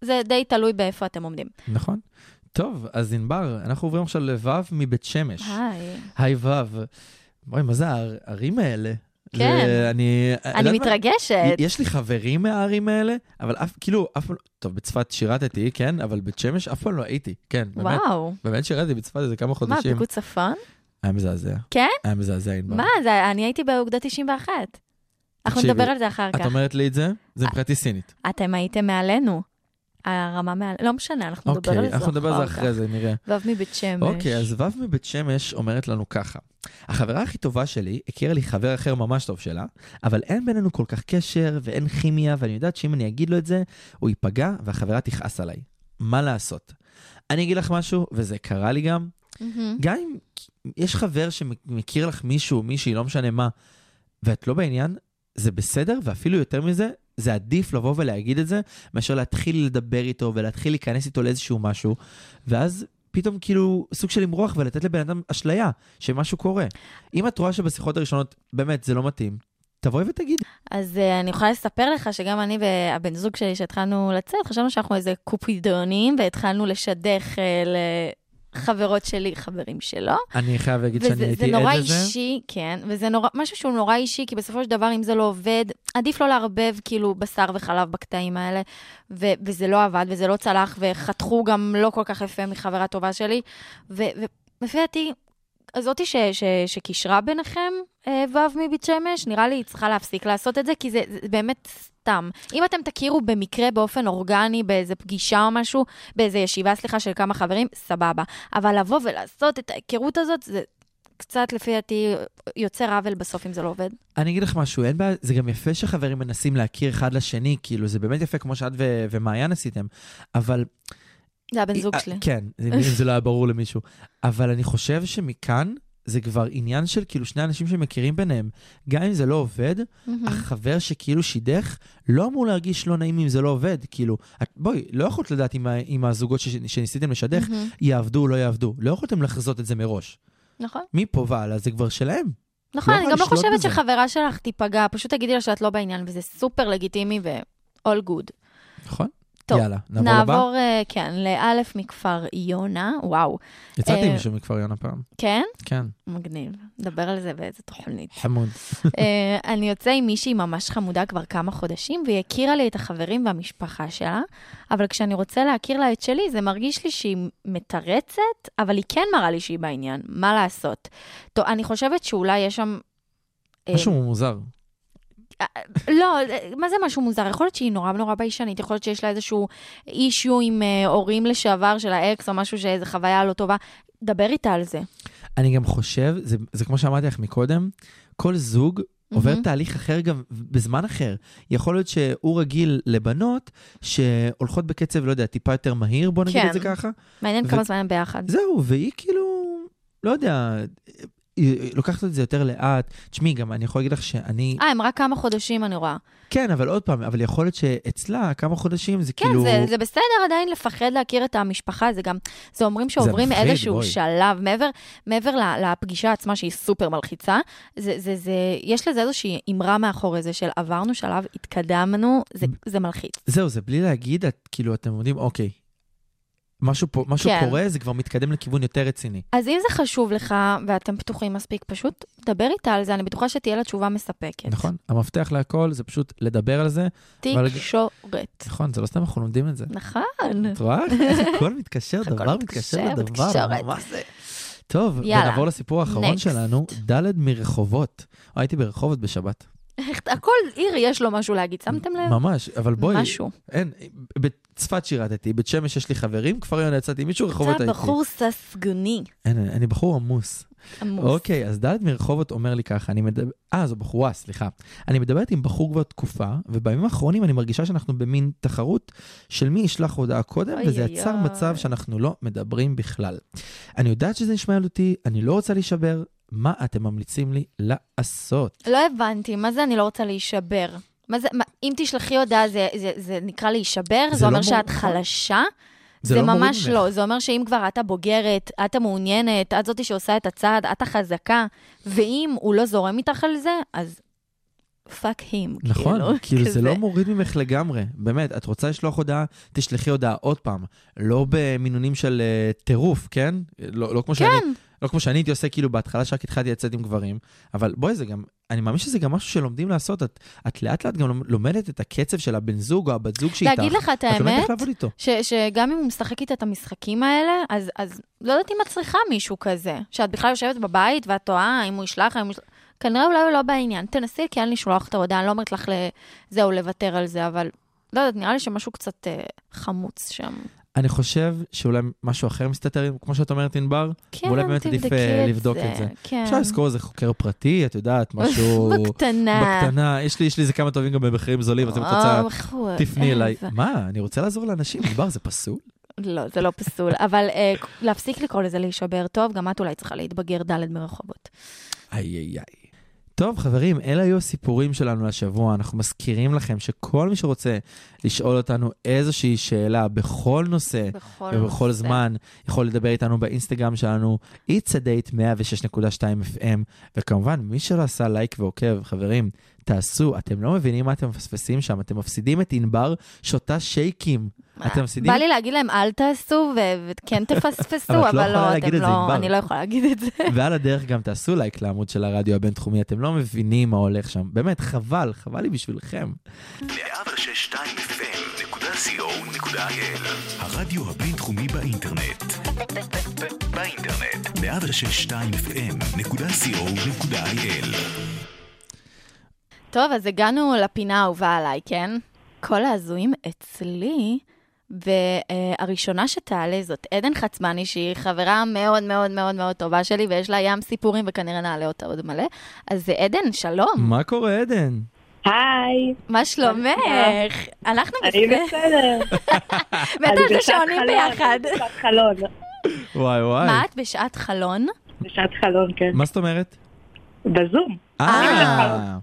[SPEAKER 4] זה די תלוי באיפה אתם עומדים.
[SPEAKER 5] נכון. טוב, אז ענבר, אנחנו עוברים עכשיו לו' מבית שמש.
[SPEAKER 4] היי.
[SPEAKER 5] היי ו'. וואי, מה זה הערים האלה?
[SPEAKER 4] כן.
[SPEAKER 5] זה- אני... את
[SPEAKER 4] אני
[SPEAKER 5] יודעת מה?
[SPEAKER 4] מתרגשת.
[SPEAKER 5] יש לי חברים מהערים האלה, אבל אף, כאילו, אף פעם, לא- טוב, בצפת שירתתי, כן, אבל בית שמש אף פעם לא הייתי, כן, באמת,
[SPEAKER 4] וואו.
[SPEAKER 5] באמת שירתתי בצפת איזה כמה
[SPEAKER 4] מה,
[SPEAKER 5] חודשים.
[SPEAKER 4] פיקוד צפון?
[SPEAKER 5] היה מזעזע.
[SPEAKER 4] כן?
[SPEAKER 5] היה מזעזע, ענבר.
[SPEAKER 4] מה, זה, אני הייתי באוגדה 91. אנחנו
[SPEAKER 5] לא. תקשיבי,
[SPEAKER 4] נדבר על זה אחר
[SPEAKER 5] את
[SPEAKER 4] כך. אה,
[SPEAKER 5] אומרת לי את זה? זה מבחינתי סינית.
[SPEAKER 4] אתם הייתם מעלינו. הרמה מעל, לא משנה, אנחנו נדבר על
[SPEAKER 5] אוקיי,
[SPEAKER 4] זה
[SPEAKER 5] אנחנו נדבר על זה
[SPEAKER 4] אחר
[SPEAKER 5] אחרי זה, נראה.
[SPEAKER 4] כך. ואב מבית שמש.
[SPEAKER 5] אוקיי, אז ו' מבית שמש אומרת לנו ככה, החברה הכי טובה שלי הכירה לי חבר אחר ממש טוב שלה, אבל אין בינינו כל כך קשר ואין כימיה, ואני יודעת שאם אני אגיד לו את זה, הוא ייפגע והחברה תכעס עליי. מה לעשות? אני אגיד לך משהו, וזה קרה לי גם,
[SPEAKER 4] מהמם.
[SPEAKER 5] גם אם יש חבר שמכיר לך מישהו, מישהי, לא משנה מה, ואת לא בעניין, זה בסדר, ואפילו יותר מזה, זה עדיף לבוא ולהגיד את זה, מאשר להתחיל לדבר איתו ולהתחיל להיכנס איתו לאיזשהו משהו, ואז פתאום כאילו סוג של למרוח ולתת לבן אדם אשליה שמשהו קורה. אם את רואה שבשיחות הראשונות, באמת, זה לא מתאים, תבואי ותגידי.
[SPEAKER 4] אז אה, אני יכולה לספר לך שגם אני והבן זוג שלי, שהתחלנו לצאת, חשבנו שאנחנו איזה קופידונים, והתחלנו לשדך אה, לחברות שלי, חברים שלו.
[SPEAKER 5] אני חייב להגיד שאני
[SPEAKER 4] וזה זה
[SPEAKER 5] הייתי עד
[SPEAKER 4] נורא
[SPEAKER 5] לזה.
[SPEAKER 4] אישי, כן, וזה נורא, משהו שהוא נורא אישי, כי בסופו של דבר, אם זה לא עובד, עדיף לא לערבב כאילו בשר וחלב בקטעים האלה, ו- וזה לא עבד, וזה לא צלח, וחתכו גם לא כל כך יפה מחברה טובה שלי, ולפי דעתי, הזאתי ש- ש- שקישרה ביניכם, אה, ו' מבית שמש, נראה לי היא צריכה להפסיק לעשות את זה, כי זה, זה באמת סתם. אם אתם תכירו במקרה, באופן אורגני, באיזה פגישה או משהו, באיזה ישיבה, סליחה, של כמה חברים, סבבה. אבל לבוא ולעשות את ההיכרות הזאת, זה קצת, לפי דעתי, יוצר עוול בסוף אם זה לא עובד.
[SPEAKER 5] אני אגיד לך משהו, אין בעיה, זה גם יפה שחברים מנסים להכיר אחד לשני, כאילו, זה באמת יפה כמו שאת ו- ומעיין עשיתם, אבל
[SPEAKER 4] זה הבן זוג
[SPEAKER 5] אה,
[SPEAKER 4] שלי.
[SPEAKER 5] כן, אם אם זה לא היה ברור למישהו. אבל אני חושב שמכאן זה כבר עניין של כאילו שני אנשים שמכירים ביניהם. גם אם זה לא עובד,
[SPEAKER 4] מהמם.
[SPEAKER 5] החבר שכאילו שידך לא אמור להרגיש לא נעים אם זה לא עובד. כאילו, את- בואי, לא יכולת לדעת אם ה- אם הזוגות ש- שניסיתם לשדך
[SPEAKER 4] מהמם.
[SPEAKER 5] יעבדו או לא יעבדו. לא יכולתם לחזות את זה מראש.
[SPEAKER 4] נכון.
[SPEAKER 5] מפה והלאה זה כבר שלהם.
[SPEAKER 4] נכון,
[SPEAKER 5] לא
[SPEAKER 4] אני
[SPEAKER 5] יכול
[SPEAKER 4] גם לא
[SPEAKER 5] לשלוט
[SPEAKER 4] חושבת
[SPEAKER 5] בזה.
[SPEAKER 4] שחברה שלך תיפגע, פשוט תגידי לה שאת לא בעניין, וזה סופר לגיטימי ו-all good.
[SPEAKER 5] נכון?
[SPEAKER 4] טוב,
[SPEAKER 5] יאללה, נעבור לבא.
[SPEAKER 4] נעבור, אה, כן, לאלף מכפר יונה, וואו.
[SPEAKER 5] יצאתי עם
[SPEAKER 4] אה,
[SPEAKER 5] מישהו מכפר יונה פעם.
[SPEAKER 4] כן?
[SPEAKER 5] כן,
[SPEAKER 4] מגניב. נדבר על זה באיזה תוכנית.
[SPEAKER 5] חמוד.
[SPEAKER 4] אה, אני יוצא עם מישהי ממש חמודה כבר כמה חודשים, והיא הכירה לי את החברים והמשפחה שלה, אבל כשאני רוצה להכיר לה את שלי, זה מרגיש לי שהיא מתרצת, אבל היא כן מראה לי שהיא בעניין, מה לעשות? טוב, אני חושבת שאולי יש שם... אה,
[SPEAKER 5] משהו מוזר.
[SPEAKER 4] לא, אה, מה זה משהו מוזר? יכול להיות שהיא נורא נורא ביישנית, יכול להיות שיש לה איזשהו אישיו עם אה, הורים לשעבר של האקס, או משהו שאיזו חוויה לא טובה. דבר איתה על זה.
[SPEAKER 5] אני גם חושב, זה, זה כמו שאמרתי לך מקודם, כל זוג עובר
[SPEAKER 4] מהמם.
[SPEAKER 5] תהליך אחר גם בזמן אחר. יכול להיות שהוא רגיל לבנות שהולכות בקצב, לא יודע, טיפה יותר מהיר, בוא נגיד
[SPEAKER 4] כן.
[SPEAKER 5] את זה ככה.
[SPEAKER 4] מעניין
[SPEAKER 5] ו-
[SPEAKER 4] כמה זמן הם ביחד.
[SPEAKER 5] זהו, והיא כאילו, לא יודע, היא- היא לוקחת את זה יותר לאט. תשמעי, גם אני יכול להגיד לך שאני...
[SPEAKER 4] אה, הם רק כמה חודשים, אני רואה.
[SPEAKER 5] כן, אבל עוד פעם, אבל יכול להיות שאצלה כמה חודשים זה
[SPEAKER 4] כן,
[SPEAKER 5] כאילו...
[SPEAKER 4] זה, זה בסדר עדיין לפחד להכיר את המשפחה, זה גם, זה אומרים שעוברים
[SPEAKER 5] מפחיד,
[SPEAKER 4] איזשהו
[SPEAKER 5] בואי.
[SPEAKER 4] שלב, מעבר, מעבר ל- לפגישה עצמה שהיא סופר מלחיצה, זה, זה, זה, יש לזה איזושהי אמרה מאחורי זה של עברנו שלב, התקדמנו, זה, זה מלחיץ.
[SPEAKER 5] זהו, זה בלי להגיד, את, כאילו, אתם יודעים, אוקיי. משהו, פה, משהו
[SPEAKER 4] כן.
[SPEAKER 5] קורה, זה כבר מתקדם לכיוון יותר רציני.
[SPEAKER 4] אז אם זה חשוב לך ואתם פתוחים מספיק, פשוט דבר איתה על זה, אני בטוחה שתהיה לה תשובה מספקת.
[SPEAKER 5] נכון? המפתח להכל זה פשוט לדבר על זה, אבל-
[SPEAKER 4] תקשורת.
[SPEAKER 5] נכון, זה לא סתם אנחנו לומדים את זה. [laughs]
[SPEAKER 4] [laughs] נכון.
[SPEAKER 5] את רואה? איך הכל מתקשר,
[SPEAKER 4] הכל
[SPEAKER 5] דבר מתקשר
[SPEAKER 4] מתקשר,
[SPEAKER 5] לדבר,
[SPEAKER 4] בתקשורת.
[SPEAKER 5] מה זה? טוב,
[SPEAKER 4] יאללה,
[SPEAKER 5] ונעבור לסיפור האחרון
[SPEAKER 4] next.
[SPEAKER 5] שלנו, ד' מרחובות. או, הייתי ברחובות בשבת.
[SPEAKER 4] איך- הכל עיר יש לו משהו להגיד, שמתם לב?
[SPEAKER 5] ממש, אבל בואי,
[SPEAKER 4] משהו.
[SPEAKER 5] אין, בצפת שירתתי, בית שמש יש לי חברים, כפר יונה יצאתי עם מישהו, רחובות
[SPEAKER 4] אתה
[SPEAKER 5] הייתי.
[SPEAKER 4] בחור ססגוני.
[SPEAKER 5] אין, אין, אני בחור עמוס.
[SPEAKER 4] עמוס.
[SPEAKER 5] אוקיי, אז ד' מרחובות אומר לי ככה, אני מדבר... אה, זו בחורה, סליחה. אני מדברת עם בחור כבר תקופה, ובימים האחרונים אני מרגישה שאנחנו במין תחרות של מי ישלח הודעה קודם,
[SPEAKER 4] אוי,
[SPEAKER 5] וזה
[SPEAKER 4] אוי,
[SPEAKER 5] יצר
[SPEAKER 4] אוי.
[SPEAKER 5] מצב שאנחנו לא מדברים בכלל. אני יודעת שזה נשמע ילדותי, אני לא רוצה להישבר, מה אתם ממליצים לי לעשות?
[SPEAKER 4] לא הבנתי, מה זה אני לא רוצה להישבר? מה זה, מה, אם תשלחי הודעה, זה, זה, זה נקרא להישבר?
[SPEAKER 5] זה
[SPEAKER 4] זה, זה אומר
[SPEAKER 5] לא
[SPEAKER 4] שאת
[SPEAKER 5] מוריד ממך.
[SPEAKER 4] חלשה?
[SPEAKER 5] זה
[SPEAKER 4] זה,
[SPEAKER 5] לא מוריד
[SPEAKER 4] ממש
[SPEAKER 5] ממך.
[SPEAKER 4] לא, זה אומר שאם כבר את הבוגרת, את המעוניינת, את זאתי שעושה את הצעד, את החזקה, ואם הוא לא זורם איתך על זה, אז פאק הים.
[SPEAKER 5] נכון, [laughs] כאילו זה
[SPEAKER 4] כזה.
[SPEAKER 5] לא מוריד ממך לגמרי, באמת, את רוצה לשלוח הודעה, תשלחי הודעה עוד פעם, לא במינונים של אה, טירוף, כן? לא לא כמו שאני
[SPEAKER 4] כן,
[SPEAKER 5] לא כמו שאני הייתי עושה כאילו בהתחלה שרק התחלתי לצאת עם גברים, אבל בואי זה גם, אני מאמין שזה גם משהו שלומדים לעשות, את, את לאט לאט גם לומדת את הקצב של הבן זוג או הבת זוג שאיתך.
[SPEAKER 4] להגיד לך
[SPEAKER 5] את
[SPEAKER 4] את
[SPEAKER 5] לומדת איך
[SPEAKER 4] האמת,
[SPEAKER 5] לעבוד איתו.
[SPEAKER 4] ש, שגם אם הוא משחק איתה את המשחקים האלה, אז, אז לא יודעת אם את צריכה מישהו כזה. שאת בכלל יושבת בבית ואת טועה אם הוא ישלח, אם הוא ישלח... כנראה אולי הוא לא בעניין. תנסי כן לשלוח את ההודעה, אני לא אומרת לך ל... זהו, לוותר על זה, אבל לא יודעת, נראה לי שמשהו קצת אה, חמוץ שם.
[SPEAKER 5] אני חושב שאולי משהו אחר מסתתר, כמו שאת אומרת, ענבר.
[SPEAKER 4] כן,
[SPEAKER 5] ואולי באמת עדיף,
[SPEAKER 4] תבדקי
[SPEAKER 5] אה,
[SPEAKER 4] את
[SPEAKER 5] לבדוק
[SPEAKER 4] זה.
[SPEAKER 5] את זה.
[SPEAKER 4] כן.
[SPEAKER 5] אפשר לזכור איזה חוקר פרטי, את
[SPEAKER 4] [laughs]
[SPEAKER 5] יודעת, משהו...
[SPEAKER 4] בקטנה.
[SPEAKER 5] בקטנה. יש לי יש לי איזה כמה טובים גם במחירים זולים, אז אם את רוצה,
[SPEAKER 4] אה,
[SPEAKER 5] תפני אליי. מה, אני רוצה לעזור לאנשים, ענבר, זה פסול?
[SPEAKER 4] לא, זה לא פסול, [laughs] אבל אה, להפסיק לקרוא לזה להישבר טוב, גם את אולי צריכה להתבגר ד' מרחובות.
[SPEAKER 5] איי איי איי. טוב, חברים, אלה היו הסיפורים שלנו לשבוע. אנחנו מזכירים לכם שכל מי שרוצה לשאול אותנו איזושהי שאלה בכל נושא,
[SPEAKER 4] בכל
[SPEAKER 5] אה, ובכל
[SPEAKER 4] נושא.
[SPEAKER 5] זמן יכול לדבר איתנו באינסטגרם שלנו, it's a date 106.2 FM, וכמובן, מי שלא עשה לייק ועוקב, חברים, תעשו, אתם לא מבינים מה אתם מפספסים שם, אתם מפסידים את ענבר שותה שייקים. אתם מפסידים?
[SPEAKER 4] בא לי להגיד להם, אל תעשו, ו- וכן תפספסו,
[SPEAKER 5] [laughs] אבל את לא יכולה
[SPEAKER 4] אבל לא,
[SPEAKER 5] להגיד
[SPEAKER 4] אתם
[SPEAKER 5] את זה,
[SPEAKER 4] לא,
[SPEAKER 5] ענבר.
[SPEAKER 4] אני לא יכולה להגיד את זה. [laughs]
[SPEAKER 5] ועל הדרך גם תעשו לייק לעמוד של הרדיו הבינתחומי, אתם לא מבינים מה הולך שם. באמת, חבל, חבל לי בשבילכם.
[SPEAKER 1] 106.2 FM.co.il הרדיו הבינתחומי באינטרנט. באינטרנט. 106.2 FM.co.il
[SPEAKER 4] טוב, אז הגענו לפינה האהובה עליי, כן? כל ההזויים אצלי, והראשונה שתעלה זאת עדן חצמני, שהיא חברה מאוד מאוד מאוד מאוד טובה שלי, ויש לה ים סיפורים, וכנראה נעלה אותה עוד מלא. אז אה, עדן, שלום,
[SPEAKER 5] מה קורה, עדן?
[SPEAKER 6] היי,
[SPEAKER 4] מה שלומך? אנחנו
[SPEAKER 6] אני
[SPEAKER 4] בסדר.
[SPEAKER 6] בסדר.
[SPEAKER 4] [laughs] בטח
[SPEAKER 6] אני
[SPEAKER 4] זה
[SPEAKER 6] בשעת
[SPEAKER 4] שעונים
[SPEAKER 6] חלון,
[SPEAKER 4] כן. ביחד.
[SPEAKER 6] אני בשעת חלון,
[SPEAKER 5] וואי וואי.
[SPEAKER 4] מה את בשעת חלון?
[SPEAKER 6] בשעת חלון, כן.
[SPEAKER 5] מה זאת אומרת?
[SPEAKER 6] בזום.
[SPEAKER 5] אה,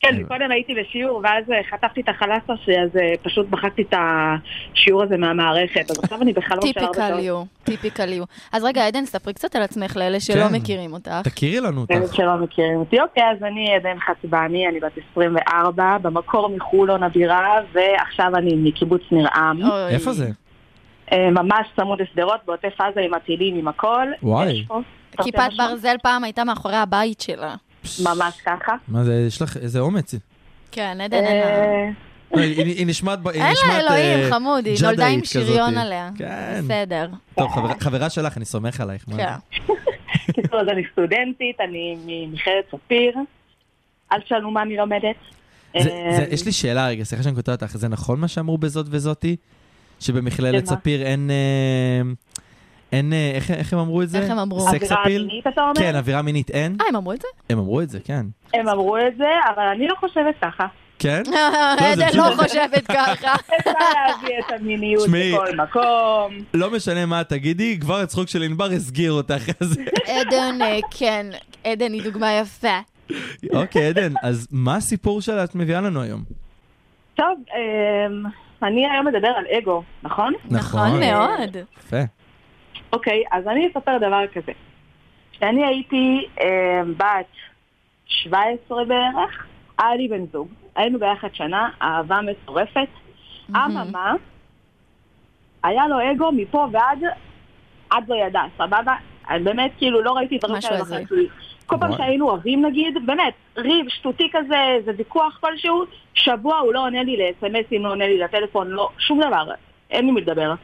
[SPEAKER 6] כן, קודם הייתי בשיעור, ואז אה, חטפתי את החלסה שלי, אז אה, פשוט מחקתי את השיעור הזה מהמערכת. אז עכשיו אני בחלון של ארבע
[SPEAKER 4] טיפיקל
[SPEAKER 6] שעות.
[SPEAKER 4] יו, טיפיקל יו. אז רגע, עדן, ספרי קצת על עצמך לאלה שלא
[SPEAKER 5] כן.
[SPEAKER 4] מכירים אותך.
[SPEAKER 5] תכירי לנו
[SPEAKER 6] אלה
[SPEAKER 5] אותך.
[SPEAKER 6] שלא מכירים אותי. אוקיי, אז אני עדן חצבני, אני בת 24, במקור מחולון הבירה, ועכשיו אני מקיבוץ נרעם.
[SPEAKER 4] אוי.
[SPEAKER 5] איפה זה?
[SPEAKER 6] אה, ממש צמוד לשדרות, בעוטף עזה עם הטילים, עם הכל. אוקיי,
[SPEAKER 5] וואי.
[SPEAKER 6] יש פה-
[SPEAKER 4] כיפת ברזל פעם הייתה מאחורי הבית שלה.
[SPEAKER 6] ממש ככה.
[SPEAKER 5] מה זה, יש לך איזה
[SPEAKER 4] [laughs]
[SPEAKER 5] אומץ.
[SPEAKER 4] כן, עדן, אין לה...
[SPEAKER 6] אה,
[SPEAKER 5] לא, היא היא נשמעת... ב- היא
[SPEAKER 4] אין לה
[SPEAKER 5] נשמעת, אה,
[SPEAKER 4] אלוהים, חמוד, היא נולדה עם
[SPEAKER 5] ג'דאית
[SPEAKER 4] שריון
[SPEAKER 5] כזאתי.
[SPEAKER 4] עליה.
[SPEAKER 5] כן.
[SPEAKER 4] בסדר,
[SPEAKER 5] טוב, חברה- חברה שלך, אני סומך עלייך. מה זה?
[SPEAKER 4] כן.
[SPEAKER 6] קיצור, אז אני סטודנטית, אני ממכללת ספיר. אל תשאלו מה אני לומדת.
[SPEAKER 5] זה-
[SPEAKER 6] אה,
[SPEAKER 4] אמ,
[SPEAKER 5] זה- יש לי שאלה רגע, סליחה שאני קוטע אותך, זה נכון מה שאמרו בזאת וזאתי? שבמכללת
[SPEAKER 6] שמה?
[SPEAKER 5] ספיר אין... אה, אין... אה, איך- איך הם אמרו את זה?
[SPEAKER 4] איך הם אמרו?
[SPEAKER 5] סקס
[SPEAKER 6] אווירה
[SPEAKER 5] אפיל?
[SPEAKER 6] מינית, אתה אומר?
[SPEAKER 5] כן, אווירה מינית אין?
[SPEAKER 4] אה, הם אמרו את
[SPEAKER 5] [laughs]
[SPEAKER 4] זה?
[SPEAKER 5] הם אמרו את זה, כן.
[SPEAKER 6] הם אמרו את זה, אבל אני לא חושבת ככה.
[SPEAKER 5] כן? זה
[SPEAKER 4] עדן
[SPEAKER 5] פשוט-
[SPEAKER 4] לא חושבת
[SPEAKER 5] [laughs]
[SPEAKER 4] ככה.
[SPEAKER 6] אפשר להביא את המיניות
[SPEAKER 5] שמעי.
[SPEAKER 6] בכל מקום.
[SPEAKER 5] לא משנה מה תגידי, כבר הצחוק של ענבר הסגיר אותך.
[SPEAKER 4] [laughs]
[SPEAKER 5] אז-
[SPEAKER 4] עדן, אה, כן, עדן היא דוגמה יפה.
[SPEAKER 5] אוקיי, עדן, אז מה הסיפור שאת מביאה לנו היום?
[SPEAKER 6] טוב, אמ, אני היום מדבר על אגו, נכון?
[SPEAKER 4] נכון
[SPEAKER 6] אה,
[SPEAKER 4] מאוד.
[SPEAKER 5] יפה.
[SPEAKER 6] אוקיי, אז אני אספר דבר כזה. כשאני הייתי אמ, בת 17 בערך, היה לי בן זוג. היינו ביחד שנה, אהבה מטורפת. אממה, היה לו אגו מפה ועד, עד לא ידע, סבבה? אני באמת, כאילו, לא ראיתי דברים
[SPEAKER 4] משהו
[SPEAKER 6] כאלה
[SPEAKER 4] הזוי.
[SPEAKER 6] בחיים שלי. כל פעם
[SPEAKER 5] וואי.
[SPEAKER 6] שהיינו רבים נגיד, באמת, ריב שטותי כזה, איזה ויכוח כלשהו, שבוע הוא לא עונה לי לאס.אם.אסים, לא עונה לי לטלפון, לא, שום דבר, אין לי מי לדבר.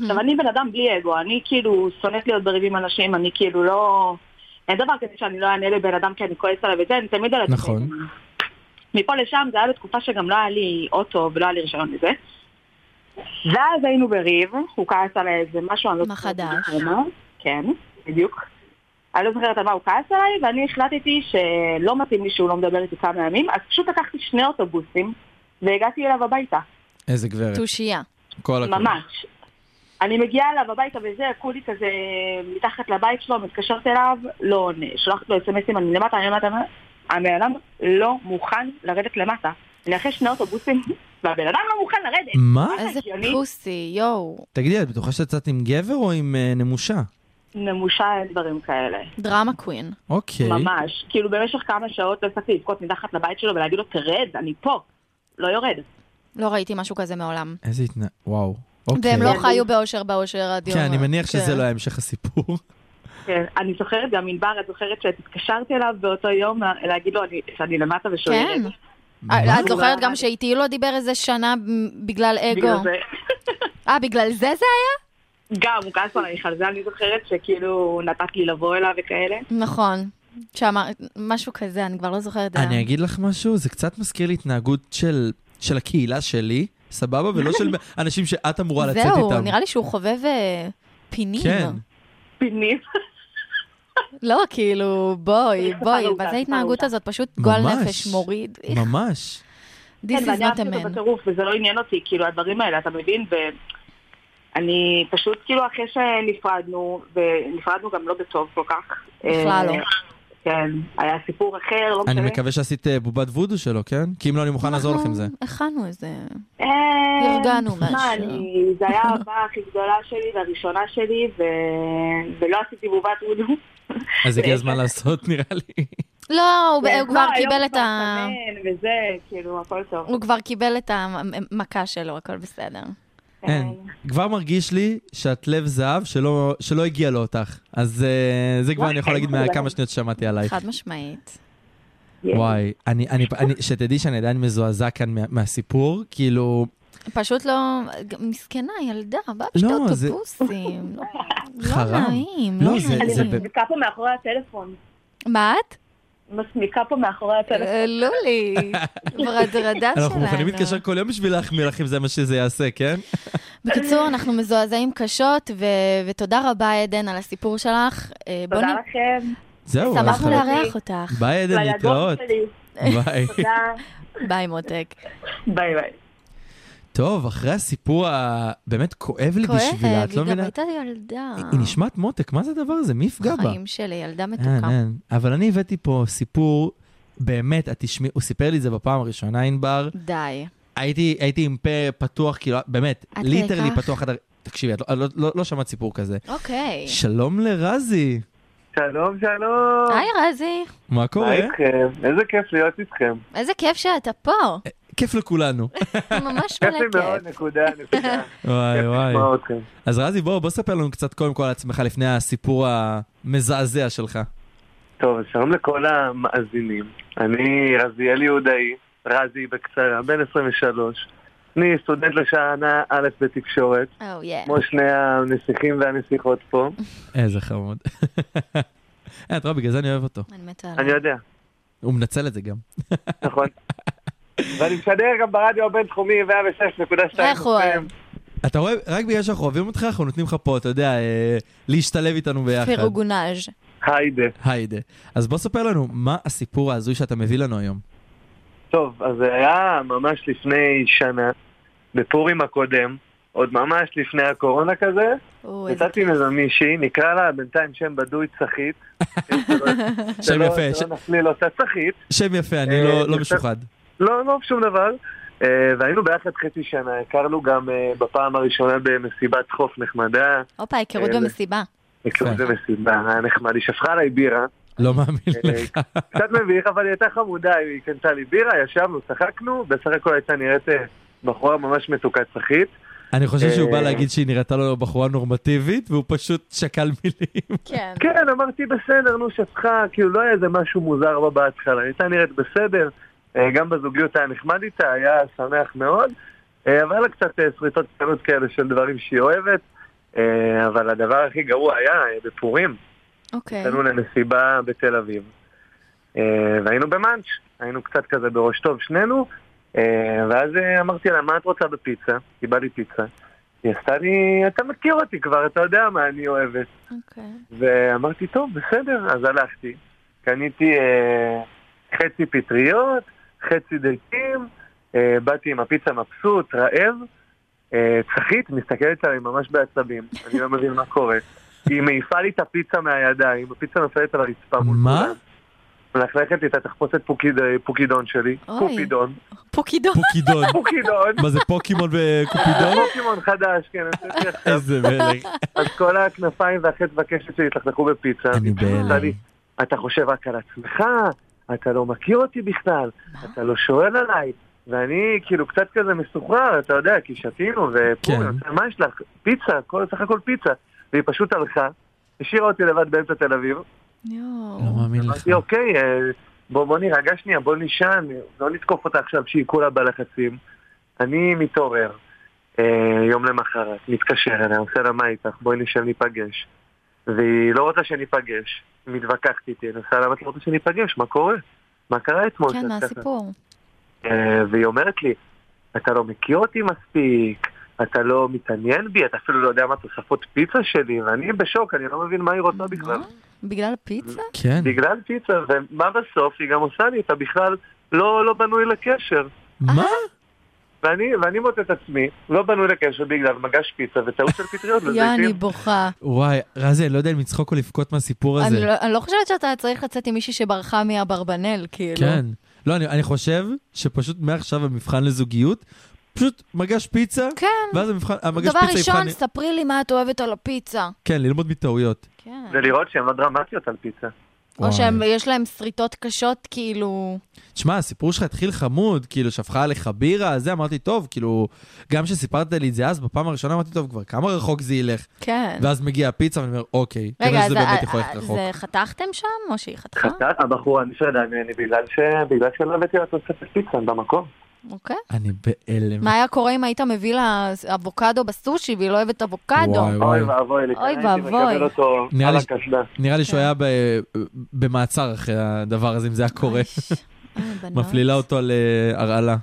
[SPEAKER 6] עכשיו, אני בן אדם בלי אגו, אני כאילו שונאת להיות בריב עם אנשים, אני כאילו לא... אין דבר כזה שאני לא אענה לבן אדם כי אני כועסת עליו את זה, אני תמיד על עצמי.
[SPEAKER 5] נכון.
[SPEAKER 6] מפה לשם זה היה בתקופה שגם לא היה לי אוטו ולא היה לי רישיון לזה. ואז היינו בריב, הוא כעס עליי איזה משהו, אני לא
[SPEAKER 4] מה
[SPEAKER 6] זוכרת
[SPEAKER 4] חדש?
[SPEAKER 6] בדיוק על מה. כן, בדיוק. אני לא זוכרת על מה הוא כעס עליי, ואני החלטתי שלא מתאים לי שהוא לא מדבר איתי כמה ימים, אז פשוט לקחתי שני אוטובוסים והגעתי אליו הביתה.
[SPEAKER 5] איזה
[SPEAKER 6] אה.
[SPEAKER 5] גברת,
[SPEAKER 4] תושייה.
[SPEAKER 5] כל הכבוד.
[SPEAKER 6] ממש. אני מגיעה אליו הביתה וזה, כולי כזה מתחת לבית שלו, מתקשרת אליו, לא עונה. שולחת לו אסמסים, אני למטה, אני למטה, הבן אדם לא מוכן לרדת למטה. אני אחרי שני אוטובוסים, [laughs] והבן אדם לא מוכן לרדת.
[SPEAKER 5] מה?
[SPEAKER 4] איזה
[SPEAKER 6] הגיוני?
[SPEAKER 4] פוסי, יואו.
[SPEAKER 5] תגידי, את בטוחה שיצאת עם גבר או עם אה, נמושה?
[SPEAKER 6] נמושה אין דברים כאלה.
[SPEAKER 4] דרמה קווין.
[SPEAKER 5] אוקיי.
[SPEAKER 6] ממש. כאילו במשך כמה שעות לא הפסקתי לבכות מתחת לבית שלו ולהגיד לו, תרד, אני פה. לא יורד.
[SPEAKER 4] לא ראיתי משהו כזה מעולם.
[SPEAKER 5] איזה התנא... וואו. אוקיי.
[SPEAKER 4] והם לא חיו באושר באושר עד יום.
[SPEAKER 5] כן, אני מניח שזה
[SPEAKER 4] כן.
[SPEAKER 5] לא היה המשך
[SPEAKER 4] [laughs]
[SPEAKER 5] הסיפור.
[SPEAKER 6] כן, אני זוכרת גם ענבר, את זוכרת שהתקשרתי אליו באותו יום לה- להגיד לו אני- שאני למטה ושואלת.
[SPEAKER 4] כן.
[SPEAKER 5] מה?
[SPEAKER 4] את זוכרת גם שאיתי לא דיבר איזה שנה מ- בגלל אגו. אה, בגלל זה זה
[SPEAKER 6] גם, הוא כעס עלייך על זה, אני זוכרת שכאילו נתת לי לבוא אליו וכאלה.
[SPEAKER 4] היה? נכון. שאמר, משהו כזה, אני כבר לא זוכרת.
[SPEAKER 5] אני אגיד לך משהו, זה קצת מזכיר לי התנהגות של, של הקהילה שלי, סבבה? ולא [laughs] של אנשים שאת אמורה לצאת איתם.
[SPEAKER 4] זהו, נראה לי שהוא חובב אה, פינים.
[SPEAKER 5] כן.
[SPEAKER 7] פינים.
[SPEAKER 4] לא, כאילו, בואי,
[SPEAKER 7] צריך
[SPEAKER 4] בואי,
[SPEAKER 7] חלודה,
[SPEAKER 4] מה זה
[SPEAKER 7] צריך
[SPEAKER 4] ההתנהגות
[SPEAKER 7] חלודה.
[SPEAKER 4] הזאת? פשוט גועל
[SPEAKER 5] ממש.
[SPEAKER 4] נפש מוריד. איך,
[SPEAKER 5] ממש.
[SPEAKER 7] [laughs]
[SPEAKER 4] This
[SPEAKER 7] כן,
[SPEAKER 4] is
[SPEAKER 7] ואני
[SPEAKER 4] not a
[SPEAKER 7] אהבתי אותו
[SPEAKER 4] man.
[SPEAKER 7] בטירוף, וזה לא עניין אותי, כאילו, הדברים האלה, אתה מבין? ואני פשוט, כאילו, אחרי שנפרדנו, ונפרדנו גם לא בטוב כל כך.
[SPEAKER 4] בכלל לא.
[SPEAKER 7] אה, כן, היה סיפור אחר,
[SPEAKER 4] אוקיי.
[SPEAKER 7] לא
[SPEAKER 5] אני
[SPEAKER 7] משנה.
[SPEAKER 5] מקווה שעשית אה, בובת וודו שלו, כן? כי אם לא, אני מוכן לעזור
[SPEAKER 4] נכון.
[SPEAKER 5] לך עם
[SPEAKER 4] [laughs]
[SPEAKER 5] זה.
[SPEAKER 4] אנחנו הכנו איזה...
[SPEAKER 7] אה,
[SPEAKER 4] ארגנו
[SPEAKER 7] מה,
[SPEAKER 4] משהו.
[SPEAKER 7] אני, זה היה הבאה הכי גדולה שלי והראשונה שלי, ו... ולא עשיתי בובת וודו.
[SPEAKER 5] אז הגיע הזמן לעשות, [laughs] נראה לי.
[SPEAKER 4] לא, הוא ב- הוא כבר
[SPEAKER 7] לא, היום
[SPEAKER 4] קיבל את
[SPEAKER 7] כבר
[SPEAKER 4] ה...
[SPEAKER 7] שמן וזה, כאילו, הכל טוב.
[SPEAKER 4] הוא כבר קיבל את המכה שלו, הכל בסדר. כן.
[SPEAKER 5] אין. כן. כבר מרגיש לי שאת לב זהב שלא שלא הגיע לו אותך. אז אה, זה כבר אני יכול להגיד מהכמה שניות ששמעתי עלייך.
[SPEAKER 4] חד משמעית.
[SPEAKER 7] כן.
[SPEAKER 5] וואי, אני, אני, אני, שתדעי שאני עדיין מזועזע כאן מה, מהסיפור, כאילו,
[SPEAKER 4] פשוט לא... גם מסכנה, ילדה, באה בשתי
[SPEAKER 5] לא, זה-
[SPEAKER 8] [laughs]
[SPEAKER 4] אוטובוסים. לא- לא
[SPEAKER 5] חרם.
[SPEAKER 4] נעים,
[SPEAKER 5] לא,
[SPEAKER 4] לא
[SPEAKER 5] זה-
[SPEAKER 7] אני
[SPEAKER 5] זה
[SPEAKER 4] נעים.
[SPEAKER 5] באמת-
[SPEAKER 7] מסמיקה פה מאחורי הטלפון.
[SPEAKER 4] מה את?
[SPEAKER 7] מסמיקה פה מאחורי
[SPEAKER 8] לא-
[SPEAKER 7] הטלפון.
[SPEAKER 4] אה, לולי,
[SPEAKER 8] [laughs]
[SPEAKER 4] ברדרדה שלנו.
[SPEAKER 5] אנחנו מוכנים להתקשר כל יום בשביל להחמיא לך אם זה מה שזה יעשה, כן?
[SPEAKER 4] בקיצור, אנחנו מזועזעים קשות, ו- ותודה רבה, עדן, על הסיפור שלך. אה, בוא
[SPEAKER 7] תודה
[SPEAKER 4] נ-
[SPEAKER 7] לכם.
[SPEAKER 5] זהו,
[SPEAKER 4] שמחנו
[SPEAKER 5] אנחנו-
[SPEAKER 4] לארח אותך.
[SPEAKER 5] ביי עדן,
[SPEAKER 7] לידות
[SPEAKER 5] להתראות.
[SPEAKER 7] שלי.
[SPEAKER 6] [laughs]
[SPEAKER 5] ביי. [laughs]
[SPEAKER 7] תודה.
[SPEAKER 4] ביי, מותק.
[SPEAKER 7] ביי ביי.
[SPEAKER 5] טוב, אחרי הסיפור הבאמת כואב לי
[SPEAKER 4] כואב,
[SPEAKER 5] בשבילה, את
[SPEAKER 4] היא
[SPEAKER 5] לא
[SPEAKER 4] גם
[SPEAKER 5] מבינה?
[SPEAKER 4] הייתה ילדה.
[SPEAKER 5] היא נשמעת מותק, מה זה הדבר הזה? מי יפגע בה? אה,
[SPEAKER 4] חיים שלי, ילדה
[SPEAKER 5] אין,
[SPEAKER 4] מתוקה.
[SPEAKER 5] אין. אבל אני הבאתי פה סיפור, באמת, את תשמעי, הוא סיפר לי את זה בפעם הראשונה, ענבר.
[SPEAKER 4] די.
[SPEAKER 5] הייתי, הייתי עם פה פתוח, כאילו, באמת,
[SPEAKER 4] עד כדי
[SPEAKER 5] ליטרלי
[SPEAKER 4] כך?
[SPEAKER 5] פתוח. עד הר- תקשיבי, את לא- לא- לא- לא שמעת סיפור כזה.
[SPEAKER 4] אוקיי.
[SPEAKER 5] שלום לרזי,
[SPEAKER 8] שלום, שלום.
[SPEAKER 4] היי, רזי.
[SPEAKER 5] מה
[SPEAKER 8] מה
[SPEAKER 5] קורה?
[SPEAKER 8] איתכם? איזה כיף להיות איתכם.
[SPEAKER 4] איזה כיף שאתה פה.
[SPEAKER 5] [laughs] כיף
[SPEAKER 8] [laughs]
[SPEAKER 5] לכולנו.
[SPEAKER 4] ממש
[SPEAKER 8] כיף
[SPEAKER 4] מלא
[SPEAKER 8] לי מאוד,
[SPEAKER 4] כיף. [laughs]
[SPEAKER 8] נקודה, נקודה.
[SPEAKER 5] וואי
[SPEAKER 8] כיף
[SPEAKER 5] וואי.
[SPEAKER 8] לשמוע אתכם.
[SPEAKER 5] אז רזי, בוא, בוא ספר לנו קצת קודם כל על עצמך לפני הסיפור המזעזע שלך.
[SPEAKER 8] טוב, אז שלום לכל המאזינים. אני רזיאל יהודאי, רזי בקצרה, בן 23. אני סטודנט לשנה א' בתקשורת,
[SPEAKER 4] או, יא.
[SPEAKER 8] כמו שני הנסיכים והנסיכות פה.
[SPEAKER 5] איזה חמוד. [laughs] אה, את רואה, בגלל זה אני אוהב אותו.
[SPEAKER 4] אני מתה
[SPEAKER 8] אני
[SPEAKER 4] עליו.
[SPEAKER 8] יודע,
[SPEAKER 5] הוא מנצל את זה גם.
[SPEAKER 8] נכון. ואני משדר גם ברדיו הבינתחומי 106.2.
[SPEAKER 4] איך הוא אוהב.
[SPEAKER 5] אתה רואה, רק בגלל שאנחנו אוהבים אותך, אנחנו נותנים לך פה, אתה יודע, אה, להשתלב איתנו ביחד.
[SPEAKER 4] פירוגונאז'.
[SPEAKER 8] היידה.
[SPEAKER 5] היידה. אז בוא ספר לנו, מה הסיפור ההזוי שאתה מביא לנו
[SPEAKER 8] [laughs]
[SPEAKER 5] היום?
[SPEAKER 8] טוב, אז זה היה ממש לפני שנה, בפורים הקודם, עוד ממש לפני הקורונה כזה,
[SPEAKER 4] או, איזה
[SPEAKER 8] יצאתי עם איזה מישהי, נקרא לה בינתיים שם בדוי צחית. כן,
[SPEAKER 5] שם יפה, ש-
[SPEAKER 8] שלא נפליל אותה צחית,
[SPEAKER 5] שם יפה, אני
[SPEAKER 8] אה,
[SPEAKER 5] לא- לא
[SPEAKER 8] יפה.
[SPEAKER 5] משוחד.
[SPEAKER 8] לא, לא שום דבר. אה, והיינו ביחד חצי שנה, הכרנו גם אה, בפעם הראשונה במסיבת חוף נחמדה,
[SPEAKER 4] הופה, היכרות
[SPEAKER 8] אה,
[SPEAKER 4] במסיבה.
[SPEAKER 8] הכרנו במסיבה, היה נחמד, היא שפכה עליי
[SPEAKER 5] [laughs]
[SPEAKER 8] בירה,
[SPEAKER 5] לא מאמין
[SPEAKER 8] אה,
[SPEAKER 5] לך.
[SPEAKER 8] קצת מביך, אבל היא הייתה חמודה, היא קנתה לי בירה, ישבנו, צחקנו, בסך הכל הייתה נראית אה, בחורה ממש מתוקה צחית.
[SPEAKER 5] [laughs] אני חושב שהוא
[SPEAKER 8] אה,
[SPEAKER 5] בא להגיד שהיא נראתה לו בחורה נורמטיבית, והוא פשוט שקל מילים.
[SPEAKER 4] כן.
[SPEAKER 8] כן, אמרתי בסדר, נו, שפחה, כאילו לא היה איזה משהו מוזר בה בהתחלה, היא הייתה נראית בסדר, אה, גם בזוגיות היה נחמד איתה, היה שמח מאוד, אה, אבל היה לה קצת אה, שריטות קטנות כאלה של דברים שהיא אוהבת, אה, אבל הדבר הכי גרוע היה אה, בפורים,
[SPEAKER 4] אוקיי.
[SPEAKER 8] יצאנו למסיבה בתל אביב, אה, והיינו במאנץ', היינו קצת כזה בראש טוב שנינו, אה, ואז אה, אמרתי לה, מה את רוצה בפיצה? היא באה לי פיצה. היא עשתה לי, אתה מכיר אותי כבר, אתה יודע מה אני אוהבת.
[SPEAKER 4] אוקיי.
[SPEAKER 8] ואמרתי, טוב, בסדר, אז הלכתי. קניתי אה, חצי פטריות, חצי דייטים, אה, באתי עם הפיצה מבסוט, רעב. אה, צחית מסתכלת עליי ממש בעצבים, [laughs] אני לא מבין מה קורה. היא מעיפה לי את הפיצה מהידיים, הפיצה נופלת על הרצפה מול
[SPEAKER 5] מה?
[SPEAKER 8] כולם. מלכלכת לי את התחפושת פוקיד, אה, פוקידון שלי,
[SPEAKER 4] אוי.
[SPEAKER 8] קופידון,
[SPEAKER 4] פוקידון.
[SPEAKER 5] פוקידון.
[SPEAKER 8] [laughs] פוקידון,
[SPEAKER 5] מה זה פוקימון
[SPEAKER 8] [laughs]
[SPEAKER 5] וקופידון?
[SPEAKER 8] פוקימון חדש, כן, אני חושב שעכשיו.
[SPEAKER 5] איזה מלך.
[SPEAKER 8] אז כל הכנפיים והחץ והקשת שלי התלכלכו בפיצה.
[SPEAKER 5] אני בהלם.
[SPEAKER 8] אמרתי, אתה חושב רק על עצמך, אתה לא מכיר אותי בכלל, אתה לא שואל עליי. ואני כאילו קצת כזה מסוחרר, אתה יודע, כי שתינו,
[SPEAKER 5] כן.
[SPEAKER 8] ופורים, מה יש לך? פיצה, כל, סך הכל פיצה. והיא פשוט הלכה, השאירה אותי לבד באמצע תל אביב.
[SPEAKER 4] יואו.
[SPEAKER 5] לא מאמין לך.
[SPEAKER 8] אמרתי, אוקיי, אה, בוא, בוא נירגע שנייה, בוא נישן, לא נתקוף אותה עכשיו שהיא כולה בלחצים. אני מתעורר אה, יום למחרת, מתקשר אליה, עושה לה מה איתך, בואי נשב ניפגש. והיא לא רוצה שניפגש, מתווכחת איתי, אני עושה לה, "למה את לא רוצה שניפגש, מה קורה? מה קרה אתמול?
[SPEAKER 4] כן,
[SPEAKER 8] שאת
[SPEAKER 4] מה
[SPEAKER 8] ככה?"
[SPEAKER 4] הסיפור?
[SPEAKER 8] אה, והיא אומרת לי, אתה לא מכיר אותי מספיק, אתה לא מתעניין בי, אתה אפילו לא יודע מה תוספות פיצה שלי, ואני בשוק, אני לא מבין מה היא רוצה בכלל.
[SPEAKER 4] מה? בגלל הפיצה?
[SPEAKER 8] לא,
[SPEAKER 5] כן.
[SPEAKER 8] בגלל פיצה, ומה בסוף היא גם עושה לי? אתה בכלל לא, לא בנוי לקשר.
[SPEAKER 4] אה?
[SPEAKER 5] מה?
[SPEAKER 8] ואני, ואני מוצא את עצמי, לא בנוי לקשר בגלל מגש פיצה וטעות של
[SPEAKER 4] [laughs]
[SPEAKER 8] פטריות
[SPEAKER 4] יא, אני
[SPEAKER 8] וזיתים.
[SPEAKER 4] בוכה.
[SPEAKER 5] וואי, רזי, אני לא יודע אם לצחוק או לבכות מהסיפור
[SPEAKER 4] אני
[SPEAKER 5] הזה.
[SPEAKER 4] לא- אני לא חושבת שאתה צריך לצאת עם מישהי שברחה מאברבנל, כאילו.
[SPEAKER 5] כן. לא, אני, אני חושב שפשוט מעכשיו המבחן לזוגיות, פשוט מגש פיצה,
[SPEAKER 4] כן.
[SPEAKER 5] ואז המבחן, המגש
[SPEAKER 4] דבר
[SPEAKER 5] פיצה יבחן...
[SPEAKER 4] ראשון, ספרי לי מה את אוהבת על הפיצה.
[SPEAKER 5] כן, ללמוד מטעויות.
[SPEAKER 4] כן.
[SPEAKER 8] ולראות שהן לא דרמטיות על פיצה.
[SPEAKER 4] או
[SPEAKER 5] וואי.
[SPEAKER 4] שיש להם שריטות קשות, כאילו...
[SPEAKER 5] תשמע, הסיפור שלך התחיל חמוד, כאילו, שפכה עליך בירה, זה, אמרתי, טוב, כאילו, גם כשסיפרת לי את זה אז, בפעם הראשונה אמרתי, טוב, כבר כמה רחוק זה ילך?
[SPEAKER 4] כן.
[SPEAKER 5] ואז מגיעה הפיצה, ואני אומר, אוקיי,
[SPEAKER 4] רגע,
[SPEAKER 5] כנראה
[SPEAKER 4] אז
[SPEAKER 5] שזה באמת
[SPEAKER 4] ה-
[SPEAKER 5] יכול
[SPEAKER 4] ה-
[SPEAKER 5] ללכת רחוק.
[SPEAKER 4] זה חתכתם שם, או שהיא חתכה?
[SPEAKER 8] חטאת הבחורה נפרדה ממני בגלל ש... בגלל שלא הבאתי לה תוספת פיצה במקום.
[SPEAKER 4] אוקיי.
[SPEAKER 5] אני בהלם.
[SPEAKER 4] מה היה קורה אם היית מביא לה אבוקדו בסושי והיא לא אוהבת אבוקדו?
[SPEAKER 5] וואי,
[SPEAKER 8] אוי ואבוי לי,
[SPEAKER 4] אוי
[SPEAKER 8] כנראה הייתי
[SPEAKER 4] ואבוי.
[SPEAKER 8] מקבל אותו
[SPEAKER 5] נראה
[SPEAKER 8] על
[SPEAKER 5] לי- אה,
[SPEAKER 8] הקסדה.
[SPEAKER 5] נראה
[SPEAKER 4] כן.
[SPEAKER 5] לי שהוא היה ב- במעצר אחרי הדבר הזה, אם זה היה קורה.
[SPEAKER 4] אה, בנות.
[SPEAKER 5] מפלילה אותו על אה, הרעלה.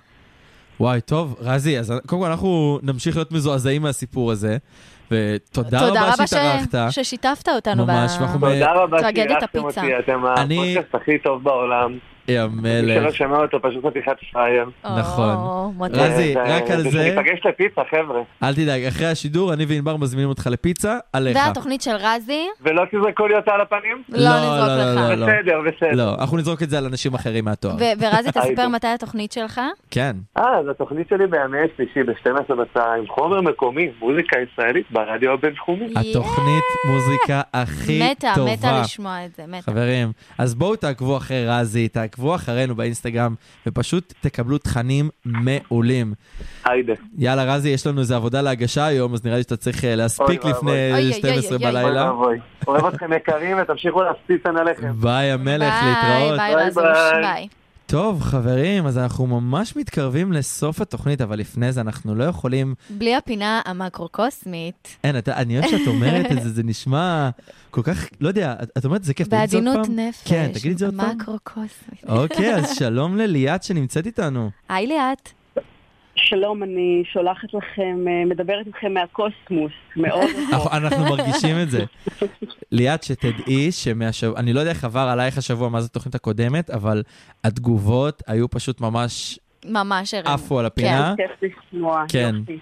[SPEAKER 5] וואי, טוב, רזי, אז קודם כל אנחנו נמשיך להיות מזועזעים מהסיפור הזה, ותודה
[SPEAKER 4] תודה
[SPEAKER 5] רבה
[SPEAKER 4] רבה ש-
[SPEAKER 5] שהתארחת.
[SPEAKER 4] ששיתפת אותנו. ב-
[SPEAKER 5] ממש, ואנחנו ב-
[SPEAKER 8] תודה רבה
[SPEAKER 4] טרגדיית
[SPEAKER 8] שאירחתם
[SPEAKER 4] הפיצה.
[SPEAKER 8] אותי, אתם
[SPEAKER 5] אני-
[SPEAKER 8] הפודקאסט הכי טוב בעולם.
[SPEAKER 5] יא
[SPEAKER 8] מי שלא
[SPEAKER 5] מלך.
[SPEAKER 8] שמע אותו פשוט חתיכת פראייר. אה,
[SPEAKER 4] או,
[SPEAKER 5] נכון.
[SPEAKER 4] מותק.
[SPEAKER 5] רזי, רק על זה-
[SPEAKER 8] ניפגש לפיצה, חבר'ה.
[SPEAKER 5] אל תדאג, אחרי השידור, אני וענבר מזמינים אותך לפיצה, עליך.
[SPEAKER 4] זה התוכנית של רזי,
[SPEAKER 8] ולא תזרקו לי אותה על הפנים?
[SPEAKER 4] לא נזרוק
[SPEAKER 5] לא,
[SPEAKER 4] לך.
[SPEAKER 5] לא, לא.
[SPEAKER 8] בסדר, בסדר.
[SPEAKER 5] לא, אנחנו נזרוק את זה על אנשים אחרים מהתואר.
[SPEAKER 4] ו- ורזי, תספר
[SPEAKER 8] הייתי.
[SPEAKER 4] מתי התוכנית שלך?
[SPEAKER 5] כן.
[SPEAKER 8] אה, אז התוכנית שלי בימי שלישי ב-12 בצהריים, חומר מקומי, מוזיקה ישראלית ברדיו הבינתחומי.
[SPEAKER 5] התוכנית מוזיקה הכי
[SPEAKER 4] מתה,
[SPEAKER 5] טובה.
[SPEAKER 4] מתה לשמוע את זה, מתה.
[SPEAKER 5] חברים, אז בואו תעקבו אחרי רזי, תעקבו אחרינו באינסטגרם, ופשוט תקבלו תכנים מעולים.
[SPEAKER 8] היידה.
[SPEAKER 5] יאללה, רזי, יש לנו איזה עבודה להגשה היום, אז נראה לי שאתה צריך אה, להספיק
[SPEAKER 8] אוי
[SPEAKER 5] לפני
[SPEAKER 4] אוי, אוי,
[SPEAKER 5] 12
[SPEAKER 4] אוי, אוי.
[SPEAKER 8] אוי
[SPEAKER 5] בלילה.
[SPEAKER 8] ואבוי. אוהב אתכם יקרים ותמשיכו להפציץ על הלחם.
[SPEAKER 5] ביי, המלך,
[SPEAKER 4] ביי,
[SPEAKER 5] להתראות.
[SPEAKER 4] ביי,
[SPEAKER 8] ביי,
[SPEAKER 4] רזוש,
[SPEAKER 8] ביי.
[SPEAKER 4] ביי.
[SPEAKER 5] טוב, חברים, אז אנחנו ממש מתקרבים לסוף התוכנית, אבל לפני זה אנחנו לא יכולים...
[SPEAKER 4] בלי הפינה המקרו-קוסמית,
[SPEAKER 5] אין, אתה, אני אוהב שאת אומרת את זה, זה נשמע כל כך, לא יודע, את, את אומרת זה כיף, תגיד את זה עוד פעם.
[SPEAKER 4] בעדינות נפש.
[SPEAKER 5] כן, תגיד את זה עוד פעם.
[SPEAKER 4] מקרו-קוסמית.
[SPEAKER 5] אוקיי, אז שלום לליאת שנמצאת איתנו.
[SPEAKER 4] היי ליאת.
[SPEAKER 6] שלום, אני שולחת לכם, אה, מדברת איתכם מהקוסמוס, מאוד
[SPEAKER 5] אנחנו- אנחנו מרגישים את זה. ליאת, שתדעי שמהשבוע, אני לא יודע איך עבר עלייך השבוע, מה זה התוכנית הקודמת, אבל התגובות היו פשוט ממש
[SPEAKER 4] ממש ערב.
[SPEAKER 5] עפו על הפינה.
[SPEAKER 6] כיף לשמוע.
[SPEAKER 5] כן.
[SPEAKER 6] יופי.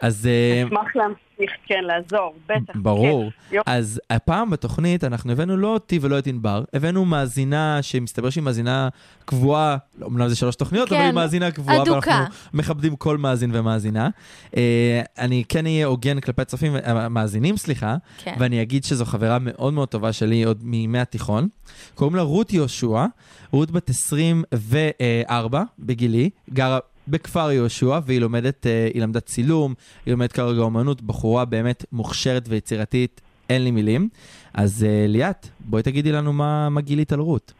[SPEAKER 5] אז אה,
[SPEAKER 6] אשמח להמשיך, כן, לעזור, בטח.
[SPEAKER 5] ברור.
[SPEAKER 6] יופי.
[SPEAKER 5] אז הפעם בתוכנית אנחנו הבאנו לא אותי ולא את ענבר, הבאנו מאזינה שמסתבר שהיא מאזינה קבועה, לא, אמנם זה שלוש תוכניות, אבל
[SPEAKER 4] כן,
[SPEAKER 5] היא מאזינה קבועה,
[SPEAKER 4] אדוקה.
[SPEAKER 5] ואנחנו מכבדים כל מאזין ומאזינה. אה, אני כן אהיה הוגן כלפי הצופים, אה, מאזינים, סליחה,
[SPEAKER 4] כן.
[SPEAKER 5] ואני אגיד שזו חברה מאוד מאוד טובה שלי עוד מימי התיכון. קוראים לה רות יהושע, רות בת 24 בגילי, גרה בכפר יהושע, והיא לומדת, אה, היא למדה צילום, היא לומדת כרגע אומנות, בחורה באמת מוכשרת ויצירתית, אין לי מילים. אז אה, ליאת, בואי תגידי לנו מה, מה גילית על רות.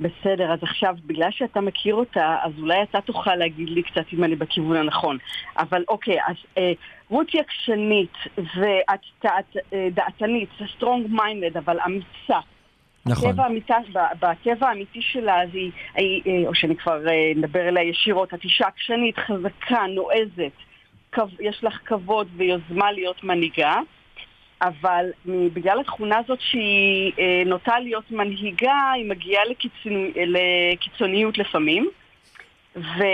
[SPEAKER 6] בסדר, אז עכשיו, בגלל שאתה מכיר אותה, אז אולי אתה תוכל להגיד לי קצת אם אני בכיוון הנכון. אבל אוקיי, אז אה, רות היא עקשנית ואת דעת, אה, דעתנית, סטרונג מיינד, אבל אמיצה.
[SPEAKER 5] נכון.
[SPEAKER 6] הטבע האמיתי, ב- בטבע האמיתי שלה, אז היא, היא, אה, או שאני כבר אה, נדבר אליה ישירות, את אישה עקשנית, חזקה, נועזת. כב- יש לך כבוד ויוזמה להיות מנהיגה, אבל מ- בגלל התכונה הזאת שהיא אה, נוטה להיות מנהיגה, היא מגיעה לקיצוני, לקיצוניות לפעמים. והיא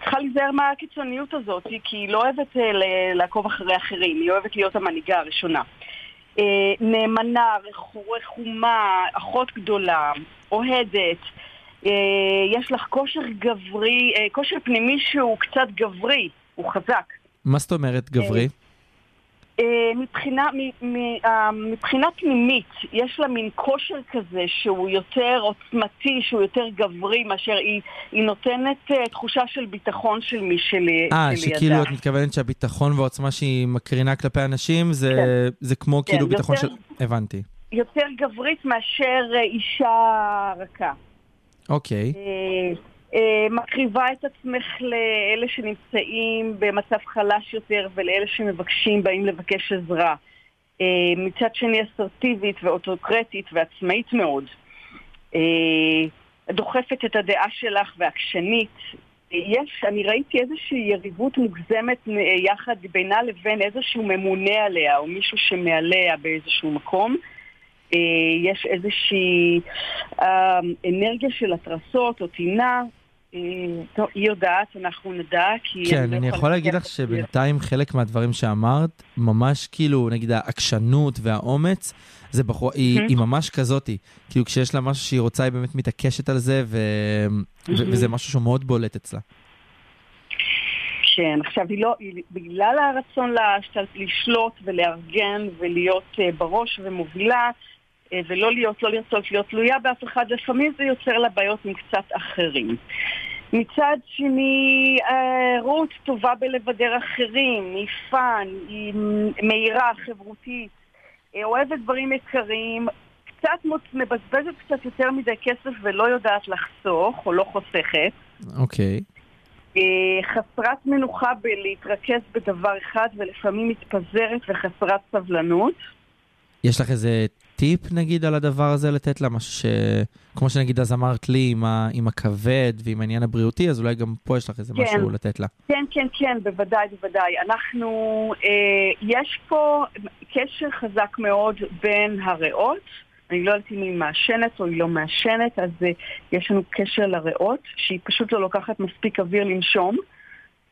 [SPEAKER 6] צריכה להיזהר מהקיצוניות הזאת, כי היא לא אוהבת אה, ל- לעקוב אחרי אחרים, היא אוהבת להיות המנהיגה הראשונה. אה, נאמנה, רחו- רחומה, אחות גדולה, אוהדת. אה, יש לך כושר גברי, אה, כושר פנימי שהוא קצת גברי, הוא חזק.
[SPEAKER 5] מה זאת אומרת, גברי?
[SPEAKER 6] אה, מבחינה, מ, מ, אה, מבחינה פנימית, יש לה מין כושר כזה שהוא יותר עוצמתי, שהוא יותר גברי, מאשר היא, היא נותנת אה, תחושה של ביטחון של מי שלי.
[SPEAKER 5] אה,
[SPEAKER 6] שלידה.
[SPEAKER 5] שכאילו את מתכוונת שהביטחון והעוצמה שהיא מקרינה כלפי אנשים, זה,
[SPEAKER 6] כן.
[SPEAKER 5] זה כמו
[SPEAKER 6] כן,
[SPEAKER 5] כאילו ביטחון
[SPEAKER 6] יותר-
[SPEAKER 5] של... הבנתי.
[SPEAKER 6] יותר גברית מאשר אה, אישה רכה.
[SPEAKER 5] אוקיי.
[SPEAKER 6] אה, אה, מקריבה את עצמך לאלה שנמצאים במצב חלש יותר ולאלה שמבקשים, באים לבקש עזרה. אה, מצד שני אסרטיבית ואוטוקרטית ועצמאית מאוד. אה, דוחפת את הדעה שלך ועקשנית. יש, אני ראיתי איזושהי יריבות מוגזמת אה, יחד בינה לבין איזשהו ממונה עליה, או מישהו שמעליה באיזשהו מקום. אה, יש איזושהי אה, אנרגיה של התרסות או טינה. אה, טוב, היא יודעת, אנחנו נדע, כי...
[SPEAKER 5] כן, אני
[SPEAKER 6] לא יכולה
[SPEAKER 5] יכול להגיד
[SPEAKER 6] להתייחס
[SPEAKER 5] לך שבינתיים חלק מהדברים שאמרת, ממש כאילו, נגיד העקשנות והאומץ, זה בחורה, היא,
[SPEAKER 6] Mhm.
[SPEAKER 5] היא ממש כזאתי. כאילו כשיש לה משהו שהיא רוצה, היא באמת מתעקשת על זה, ו... ו-
[SPEAKER 6] Mhm.
[SPEAKER 5] וזה משהו שהוא מאוד בולט אצלה.
[SPEAKER 6] כן, עכשיו היא לא, היא, בגלל הרצון להשתל, לשלוט ולארגן ולהיות uh, בראש ומובילה uh, ולא להיות, לא לרצות להיות תלויה באף אחד, לפעמים זה יוצר לה בעיות עם קצת אחרים. מצד שני, uh, רות טובה בלבדר אחרים, היא פאן, היא מהירה, חברותית, אה, אוהבת דברים יקרים, קצת מוצ- מבזבזת קצת יותר מדי כסף ולא יודעת לחסוך או לא חוסכת.
[SPEAKER 5] אוקיי.
[SPEAKER 6] אה, חסרת מנוחה בלהתרכז בדבר אחד ולפעמים מתפזרת וחסרת סבלנות.
[SPEAKER 5] יש לך איזה טיפ נגיד על הדבר הזה לתת לה משהו ש... כמו שנגיד אז אמרת לי עם, ה... עם הכבד ועם העניין הבריאותי, אז אולי גם פה יש לך איזה
[SPEAKER 6] כן.
[SPEAKER 5] משהו לתת לה.
[SPEAKER 6] כן, כן, כן, בוודאי, בוודאי. אנחנו, אה, יש פה קשר חזק מאוד בין הריאות. אני לא יודעת אם היא מעשנת או היא לא מעשנת, אז אה, יש לנו קשר לריאות, שהיא פשוט לא לוקחת מספיק אוויר לנשום,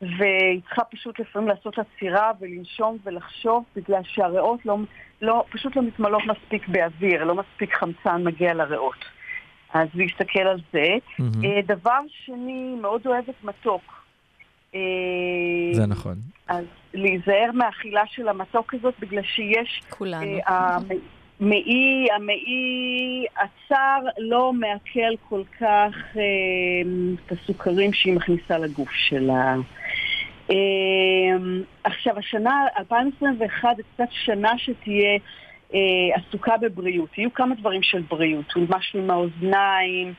[SPEAKER 6] והיא צריכה פשוט לפעמים לעשות עצירה ולנשום ולחשוב, בגלל שהריאות לא, לא, פשוט לא מתמלאות מספיק באוויר, לא מספיק חמצן מגיע לריאות. אז להסתכל על זה.
[SPEAKER 5] Mhm.
[SPEAKER 6] אה, דבר שני, מאוד אוהבת מתוק. אה,
[SPEAKER 5] זה נכון. [laughs]
[SPEAKER 6] אז להיזהר מהאכילה של המתוק הזאת, בגלל שיש...
[SPEAKER 4] כולנו.
[SPEAKER 6] אה, המ- מעי, המעי הצר לא מעכל כל כך אה, את הסוכרים שהיא מכניסה לגוף שלה. אה, עכשיו, השנה, 2021, זו קצת שנה שתהיה אה, עסוקה בבריאות. יהיו כמה דברים של בריאות, אולי משהו עם האוזניים,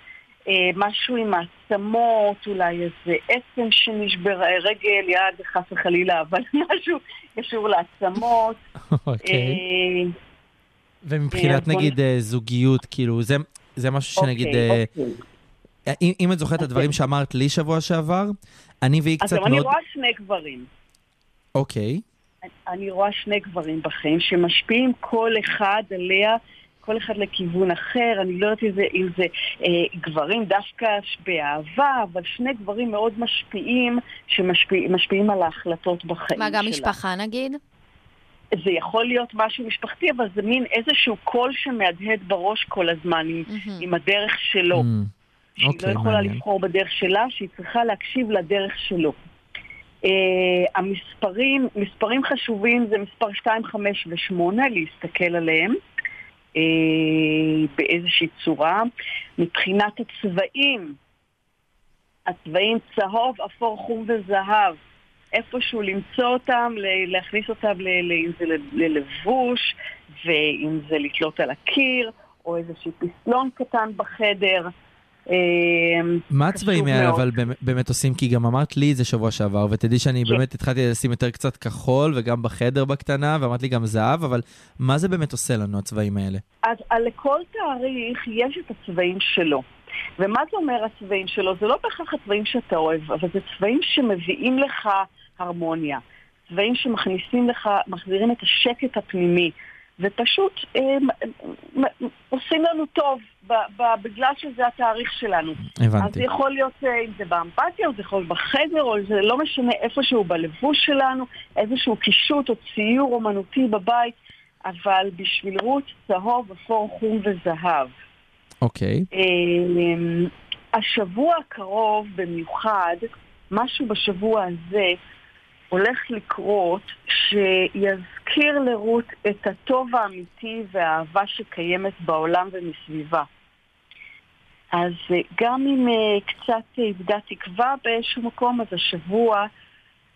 [SPEAKER 6] אה, משהו עם העצמות, אולי איזה עצם שנשבר, אה, רגל, יד, חס וחלילה, אבל [laughs] משהו קשור לעצמות.
[SPEAKER 5] אוקיי.
[SPEAKER 6] אה,
[SPEAKER 5] ומבחינת
[SPEAKER 6] אה,
[SPEAKER 5] נגיד אה, זוגיות, כאילו, זה, זה משהו שנגיד... אה,
[SPEAKER 6] אוקיי, אוקיי.
[SPEAKER 5] אם, אם את זוכרת את הדברים שאמרת לי שבוע שעבר, אני והיא
[SPEAKER 6] אז
[SPEAKER 5] קצת
[SPEAKER 6] גם אני
[SPEAKER 5] מאוד...
[SPEAKER 6] רואה שני גברים.
[SPEAKER 5] אוקיי,
[SPEAKER 6] אני רואה שני גברים בחיים שמשפיעים כל אחד עליה, כל אחד לכיוון אחר. אני לא יודעת אם זה, אם זה אה, גברים דווקא ש- באהבה, אבל שני גברים מאוד משפיעים, שמשפיעים משפיעים על ההחלטות בחיים
[SPEAKER 4] מה, גם
[SPEAKER 6] שלה.
[SPEAKER 4] משפחה נגיד?
[SPEAKER 6] זה יכול להיות משהו משפחתי, אבל זה מין איזשהו קול שמהדהד בראש כל הזמן, עם,
[SPEAKER 4] מהמם.
[SPEAKER 6] עם הדרך שלו.
[SPEAKER 5] Mm,
[SPEAKER 6] שהיא
[SPEAKER 5] אוקיי,
[SPEAKER 6] לא יכולה
[SPEAKER 5] מעניין.
[SPEAKER 6] לבחור בדרך שלה, שהיא צריכה להקשיב לדרך שלו. Uh, המספרים, מספרים חשובים זה מספר 2, 5 ו-8, להסתכל עליהם uh, באיזושהי צורה. מבחינת הצבעים, הצבעים צהוב, אפור, חום וזהב. איפשהו למצוא אותם, ל- להכניס אותם ל- ל- אם זה ל- ללבוש, ואם זה לתלות על הקיר, או איזשהו פסלון קטן בחדר. אה,
[SPEAKER 5] מה
[SPEAKER 6] חשוב
[SPEAKER 5] הצבעים האלה
[SPEAKER 6] מאוד.
[SPEAKER 5] אבל באמת- באמת עושים? כי גם אמרת לי את זה שבוע שעבר, ותדעי שאני
[SPEAKER 6] כן.
[SPEAKER 5] באמת התחלתי לשים יותר קצת כחול, וגם בחדר בקטנה, ואמרת לי גם זהב, אבל מה זה באמת עושה לנו הצבעים האלה?
[SPEAKER 6] אז על לכל תאריך יש את הצבעים שלו. ומה זה אומר הצבעים שלו? זה לא בהכרח הצבעים שאתה אוהב, אבל זה צבעים שמביאים לך הרמוניה. צבעים שמכניסים לך, מחזירים את השקט הפנימי. ופשוט אה, מ- מ- עושים לנו טוב ב- ב- בגלל שזה התאריך שלנו. אז
[SPEAKER 5] הבנתי.
[SPEAKER 6] זה יכול להיות, אה, אם זה באמבטיה, או זה יכול להיות בחדר, או זה לא משנה איפשהו בלבוש שלנו, איזשהו קישוט או ציור אומנותי בבית, אבל בשביל רות, צהוב, אפור, חום וזהב.
[SPEAKER 5] אוקיי.
[SPEAKER 6] אה, השבוע הקרוב במיוחד, משהו בשבוע הזה הולך לקרות שיזכיר לרות את הטוב האמיתי והאהבה שקיימת בעולם ומסביבה. אז אה, גם אם אה, קצת אה, איבדה תקווה באיזשהו מקום, אז השבוע,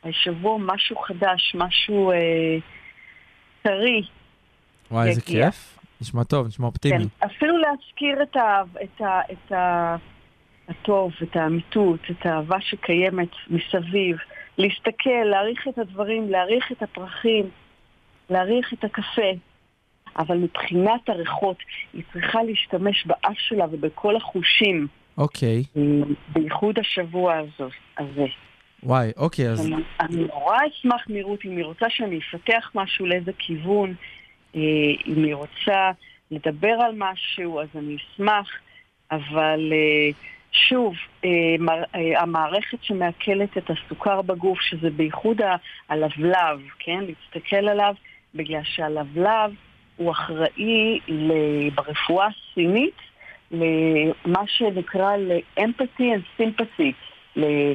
[SPEAKER 6] השבוע משהו חדש, משהו אה, טרי,
[SPEAKER 5] וואי, איזה
[SPEAKER 6] יגיע.
[SPEAKER 5] כיף. נשמע טוב, נשמע אופטימי.
[SPEAKER 6] כן, אפילו להזכיר את, ה, את, ה, את ה, הטוב, את האמיתות, את האהבה שקיימת מסביב, להסתכל, להעריך את הדברים, להעריך את הפרחים, להעריך את הקפה. אבל מבחינת הריחות, היא צריכה להשתמש באף שלה ובכל החושים אה,
[SPEAKER 5] אוקיי,
[SPEAKER 6] בייחוד השבוע הזו- הזה.
[SPEAKER 5] וואי, אוקיי, אז
[SPEAKER 6] אני- אני נורא אשמח מרות אם היא רוצה שאני אפתח משהו לאיזה כיוון, אה, אם היא רוצה לדבר על משהו, אז אני אשמח, אבל אה, שוב, אה, מר- אה, המערכת שמעכלת את הסוכר בגוף, שזה בייחוד ה- הלבלב, כן? להסתכל עליו, בגלל שהלבלב הוא אחראי ל- ברפואה הסינית למה שנקרא ל-empathy and sympathy, ל-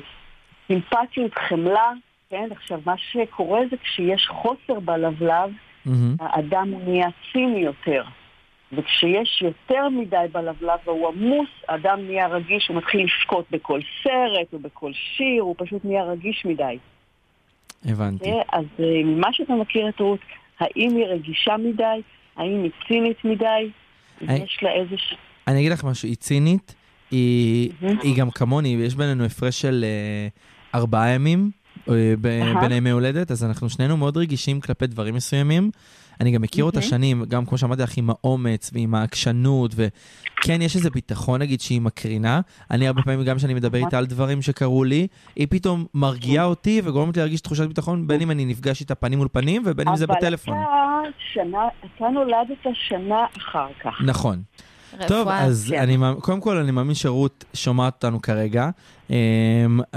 [SPEAKER 6] סימפתיות, חמלה, כן? עכשיו, מה שקורה זה כשיש חוסר בלבלב,
[SPEAKER 5] מהמם.
[SPEAKER 6] האדם הוא נהיה ציני יותר. וכשיש יותר מדי בלבלב והוא עמוס, האדם נהיה רגיש, הוא מתחיל לבכות בכל סרט או בכל שיר, הוא פשוט נהיה רגיש מדי.
[SPEAKER 5] הבנתי.
[SPEAKER 6] אוקיי? אז אה, ממה שאתה מכיר את רות, האם היא רגישה מדי? האם היא צינית מדי?
[SPEAKER 5] אה.
[SPEAKER 6] יש לה איזה...
[SPEAKER 5] אני אגיד לך משהו, היא צינית, היא,
[SPEAKER 6] מהמם.
[SPEAKER 5] היא גם כמוני, יש בינינו הפרש של אה, ארבעה ימים אה, ב,
[SPEAKER 6] אהה.
[SPEAKER 5] בין ימי הולדת, אז אנחנו שנינו מאוד רגישים כלפי דברים מסוימים. אני גם מכיר אותה
[SPEAKER 6] מהמם.
[SPEAKER 5] שנים, גם כמו שאמרתי לך, עם האומץ ועם העקשנות, וכן, יש איזה ביטחון, נגיד, שהיא מקרינה. אני הרבה פעמים, גם כשאני מדבר איתה על דברים שקרו לי, היא פתאום מרגיעה אותי וגורמת לי להרגיש תחושת ביטחון, בין אם אני נפגש איתה פנים מול פנים ובין אם זה בטלפון.
[SPEAKER 6] אבל אתה, שנה, אתה נולדת שנה אחר כך.
[SPEAKER 5] נכון. טוב,
[SPEAKER 4] רפואה.
[SPEAKER 5] אז
[SPEAKER 6] כן.
[SPEAKER 5] אני, מאמ- קודם כל אני מאמין שרות שומעת אותנו כרגע, אמ,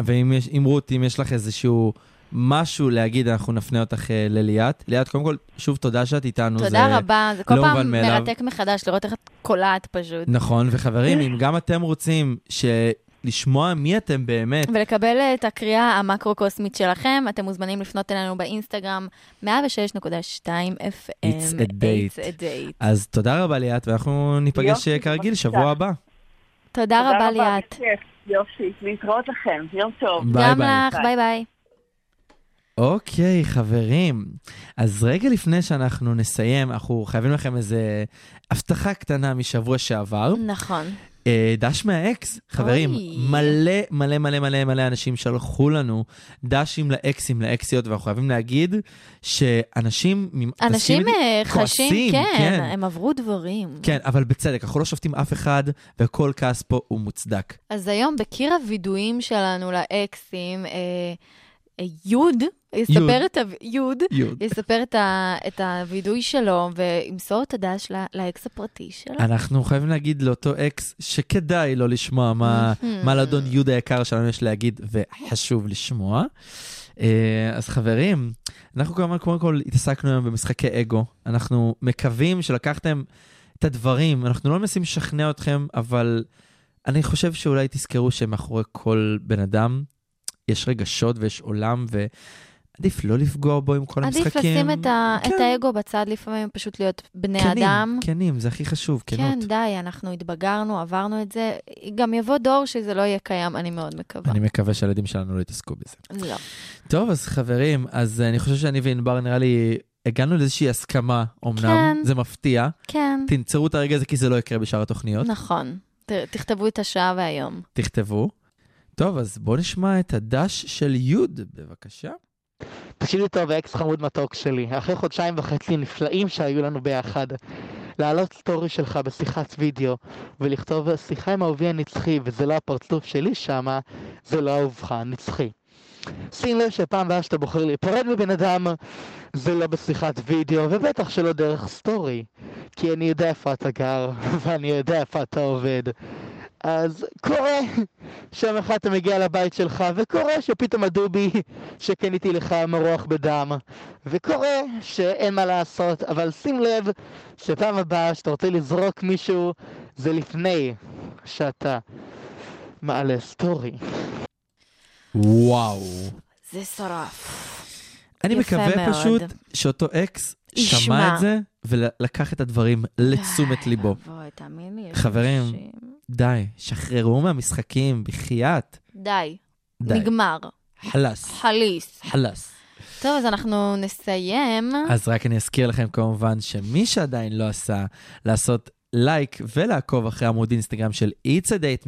[SPEAKER 5] ואם יש, אם רות, אם יש לך איזשהו משהו להגיד, אנחנו נפנה אותך אה, לליאת. ליאת, קודם כל, שוב תודה שאת איתנו. זה-
[SPEAKER 4] תודה רבה, זה כל
[SPEAKER 5] לא
[SPEAKER 4] פעם
[SPEAKER 5] מובן מאליו.
[SPEAKER 4] מרתק מחדש לראות איך את קולעת פשוט.
[SPEAKER 5] נכון, וחברים, אם גם אתם רוצים ש... לשמוע מי אתם באמת,
[SPEAKER 4] ולקבל אה, את הקריאה המקרו-קוסמית שלכם, אתם מוזמנים לפנות אלינו באינסטגרם 106.2 FM.
[SPEAKER 5] It's a date.
[SPEAKER 4] It's a date.
[SPEAKER 5] אז תודה רבה ליאת, ואנחנו ניפגש
[SPEAKER 6] יופי,
[SPEAKER 5] אה, כרגיל
[SPEAKER 6] בבקשה.
[SPEAKER 5] שבוע הבא.
[SPEAKER 4] תודה רבה ליאת.
[SPEAKER 6] בכיף. יופי, להתראות לכם, יום טוב.
[SPEAKER 5] ביי
[SPEAKER 4] גם
[SPEAKER 5] ביי.
[SPEAKER 4] לך, ביי ביי.
[SPEAKER 5] אוקיי, חברים. אז רגע לפני שאנחנו נסיים, אנחנו חייבים לכם איזה הבטחה קטנה משבוע שעבר.
[SPEAKER 4] נכון.
[SPEAKER 5] אה, דש מהאקס, חברים,
[SPEAKER 4] אוי.
[SPEAKER 5] מלא מלא מלא מלא מלא אנשים שלחו לנו דשים לאקסים, לאקסיות, ואנחנו חייבים להגיד שאנשים... ממ- תסכים
[SPEAKER 4] אנשים
[SPEAKER 5] איתי?
[SPEAKER 4] אה,
[SPEAKER 5] כועסים,
[SPEAKER 4] חשים, כן,
[SPEAKER 5] כן.
[SPEAKER 4] הם עברו דברים.
[SPEAKER 5] כן, אבל בצדק, אנחנו לא שופטים אף אחד, וכל כעס פה הוא מוצדק.
[SPEAKER 4] אז היום בקיר הווידויים שלנו לאקסים, אה, אה, יוד, יספר את ה... יוד.
[SPEAKER 5] יוד.
[SPEAKER 4] יספר את, ה, את הווידוי שלו וימסור את הדש ל- לאקס הפרטי שלו.
[SPEAKER 5] אנחנו חייבים להגיד לאותו אקס שכדאי לא לשמוע מה,
[SPEAKER 4] Mhm.
[SPEAKER 5] מה לאדון יהודה היקר שלנו יש להגיד וחשוב לשמוע. אה, אז חברים, אנחנו כמובן קודם כל התעסקנו היום במשחקי אגו. אנחנו מקווים שלקחתם את הדברים, אנחנו לא מנסים לשכנע אתכם, אבל אני חושב שאולי תזכרו שמאחורי כל בן אדם יש רגשות ויש עולם, ועדיף לא לפגוע בו עם כל
[SPEAKER 4] עדיף
[SPEAKER 5] המשחקים.
[SPEAKER 4] לשים את, ה,
[SPEAKER 5] כן,
[SPEAKER 4] את האגו בצד לפעמים, פשוט להיות בני
[SPEAKER 5] כנים,
[SPEAKER 4] אדם.
[SPEAKER 5] כנים, זה הכי חשוב, כנות.
[SPEAKER 4] כן, די, אנחנו התבגרנו, עברנו את זה. גם יבוא דור שזה לא יהיה קיים, אני מאוד מקווה.
[SPEAKER 5] אני מקווה שהילדים שלנו לא יתעסקו בזה.
[SPEAKER 4] לא.
[SPEAKER 5] טוב, אז חברים, אז אני חושב שאני וענבר, נראה לי, הגענו לאיזושהי הסכמה, אמנם,
[SPEAKER 4] כן.
[SPEAKER 5] זה מפתיע.
[SPEAKER 4] כן,
[SPEAKER 5] תנצרו את הרגע הזה, כי זה לא יקרה בשאר התוכניות.
[SPEAKER 4] נכון. ת, תכתבו את השעה והיום.
[SPEAKER 5] תכתבו. טוב, אז בואו נשמע את הדש של יוד, בבקשה.
[SPEAKER 9] תקשיבי טוב, האקס חמוד מתוק שלי, אחרי חודשיים וחצי נפלאים שהיו לנו ביחד, להעלות סטורי שלך בשיחת וידאו, ולכתוב שיחה עם אהובי הנצחי, וזה לא הפרצוף שלי שמה, זה לא אהובך הנצחי. שים לב שפעם הבאה שאתה בוחר להיפרד מבן אדם, זה לא בשיחת וידאו, ובטח שלא דרך סטורי, כי אני יודע איפה אתה גר, [laughs] ואני יודע איפה אתה עובד. אז קורה שיום אחד אתה מגיע לבית שלך, וקורה שפתאום הדובי שקניתי לך מרוח בדם. וקורה שאין מה לעשות, אבל שים לב שפעם הבאה שאתה רוצה לזרוק מישהו, זה לפני שאתה מעלה סטורי.
[SPEAKER 5] וואו.
[SPEAKER 4] זה שרף.
[SPEAKER 5] אני
[SPEAKER 4] יפה
[SPEAKER 5] מקווה
[SPEAKER 4] מאוד.
[SPEAKER 5] פשוט שאותו אקס
[SPEAKER 4] ישמע.
[SPEAKER 5] שמע את זה ולקח את הדברים לתשומת ליבו.
[SPEAKER 4] בואי, תאמין לי. יש
[SPEAKER 5] חברים.
[SPEAKER 4] אנשים.
[SPEAKER 5] די, שחררו מהמשחקים, בחייאת.
[SPEAKER 4] די,
[SPEAKER 5] די.
[SPEAKER 4] נגמר.
[SPEAKER 5] חלאס.
[SPEAKER 4] חליס.
[SPEAKER 5] חלאס.
[SPEAKER 4] טוב, אז אנחנו נסיים.
[SPEAKER 5] אז רק אני אזכיר לכם כמובן שמי שעדיין לא עשה, לעשות לייק ולעקוב אחרי עמוד אינסטגרם של It's a Date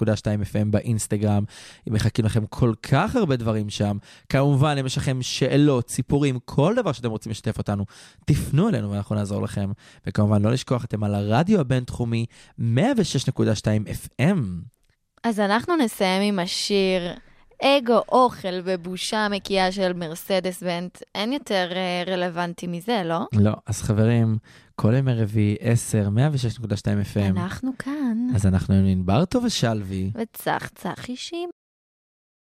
[SPEAKER 5] 106.2 FM באינסטגרם. מחכים לכם כל כך הרבה דברים שם. כמובן, אם יש לכם שאלות, סיפורים, כל דבר שאתם רוצים לשתף אותנו, תפנו אלינו ואנחנו נעזור לכם. וכמובן, לא לשכוח, אתם על הרדיו הבינתחומי 106.2 FM.
[SPEAKER 4] אז אנחנו נסיים עם השיר אגו, אוכל ובושה מקיאה של מרסדס בנט. אין יותר אה, רלוונטי מזה, לא?
[SPEAKER 5] לא, אז חברים, כל ימי רביעי, 10, 106.2 FM.
[SPEAKER 4] אנחנו כאן,
[SPEAKER 5] אז אנחנו עם ענבר טובה שלוי.
[SPEAKER 4] וצח צחי שימי.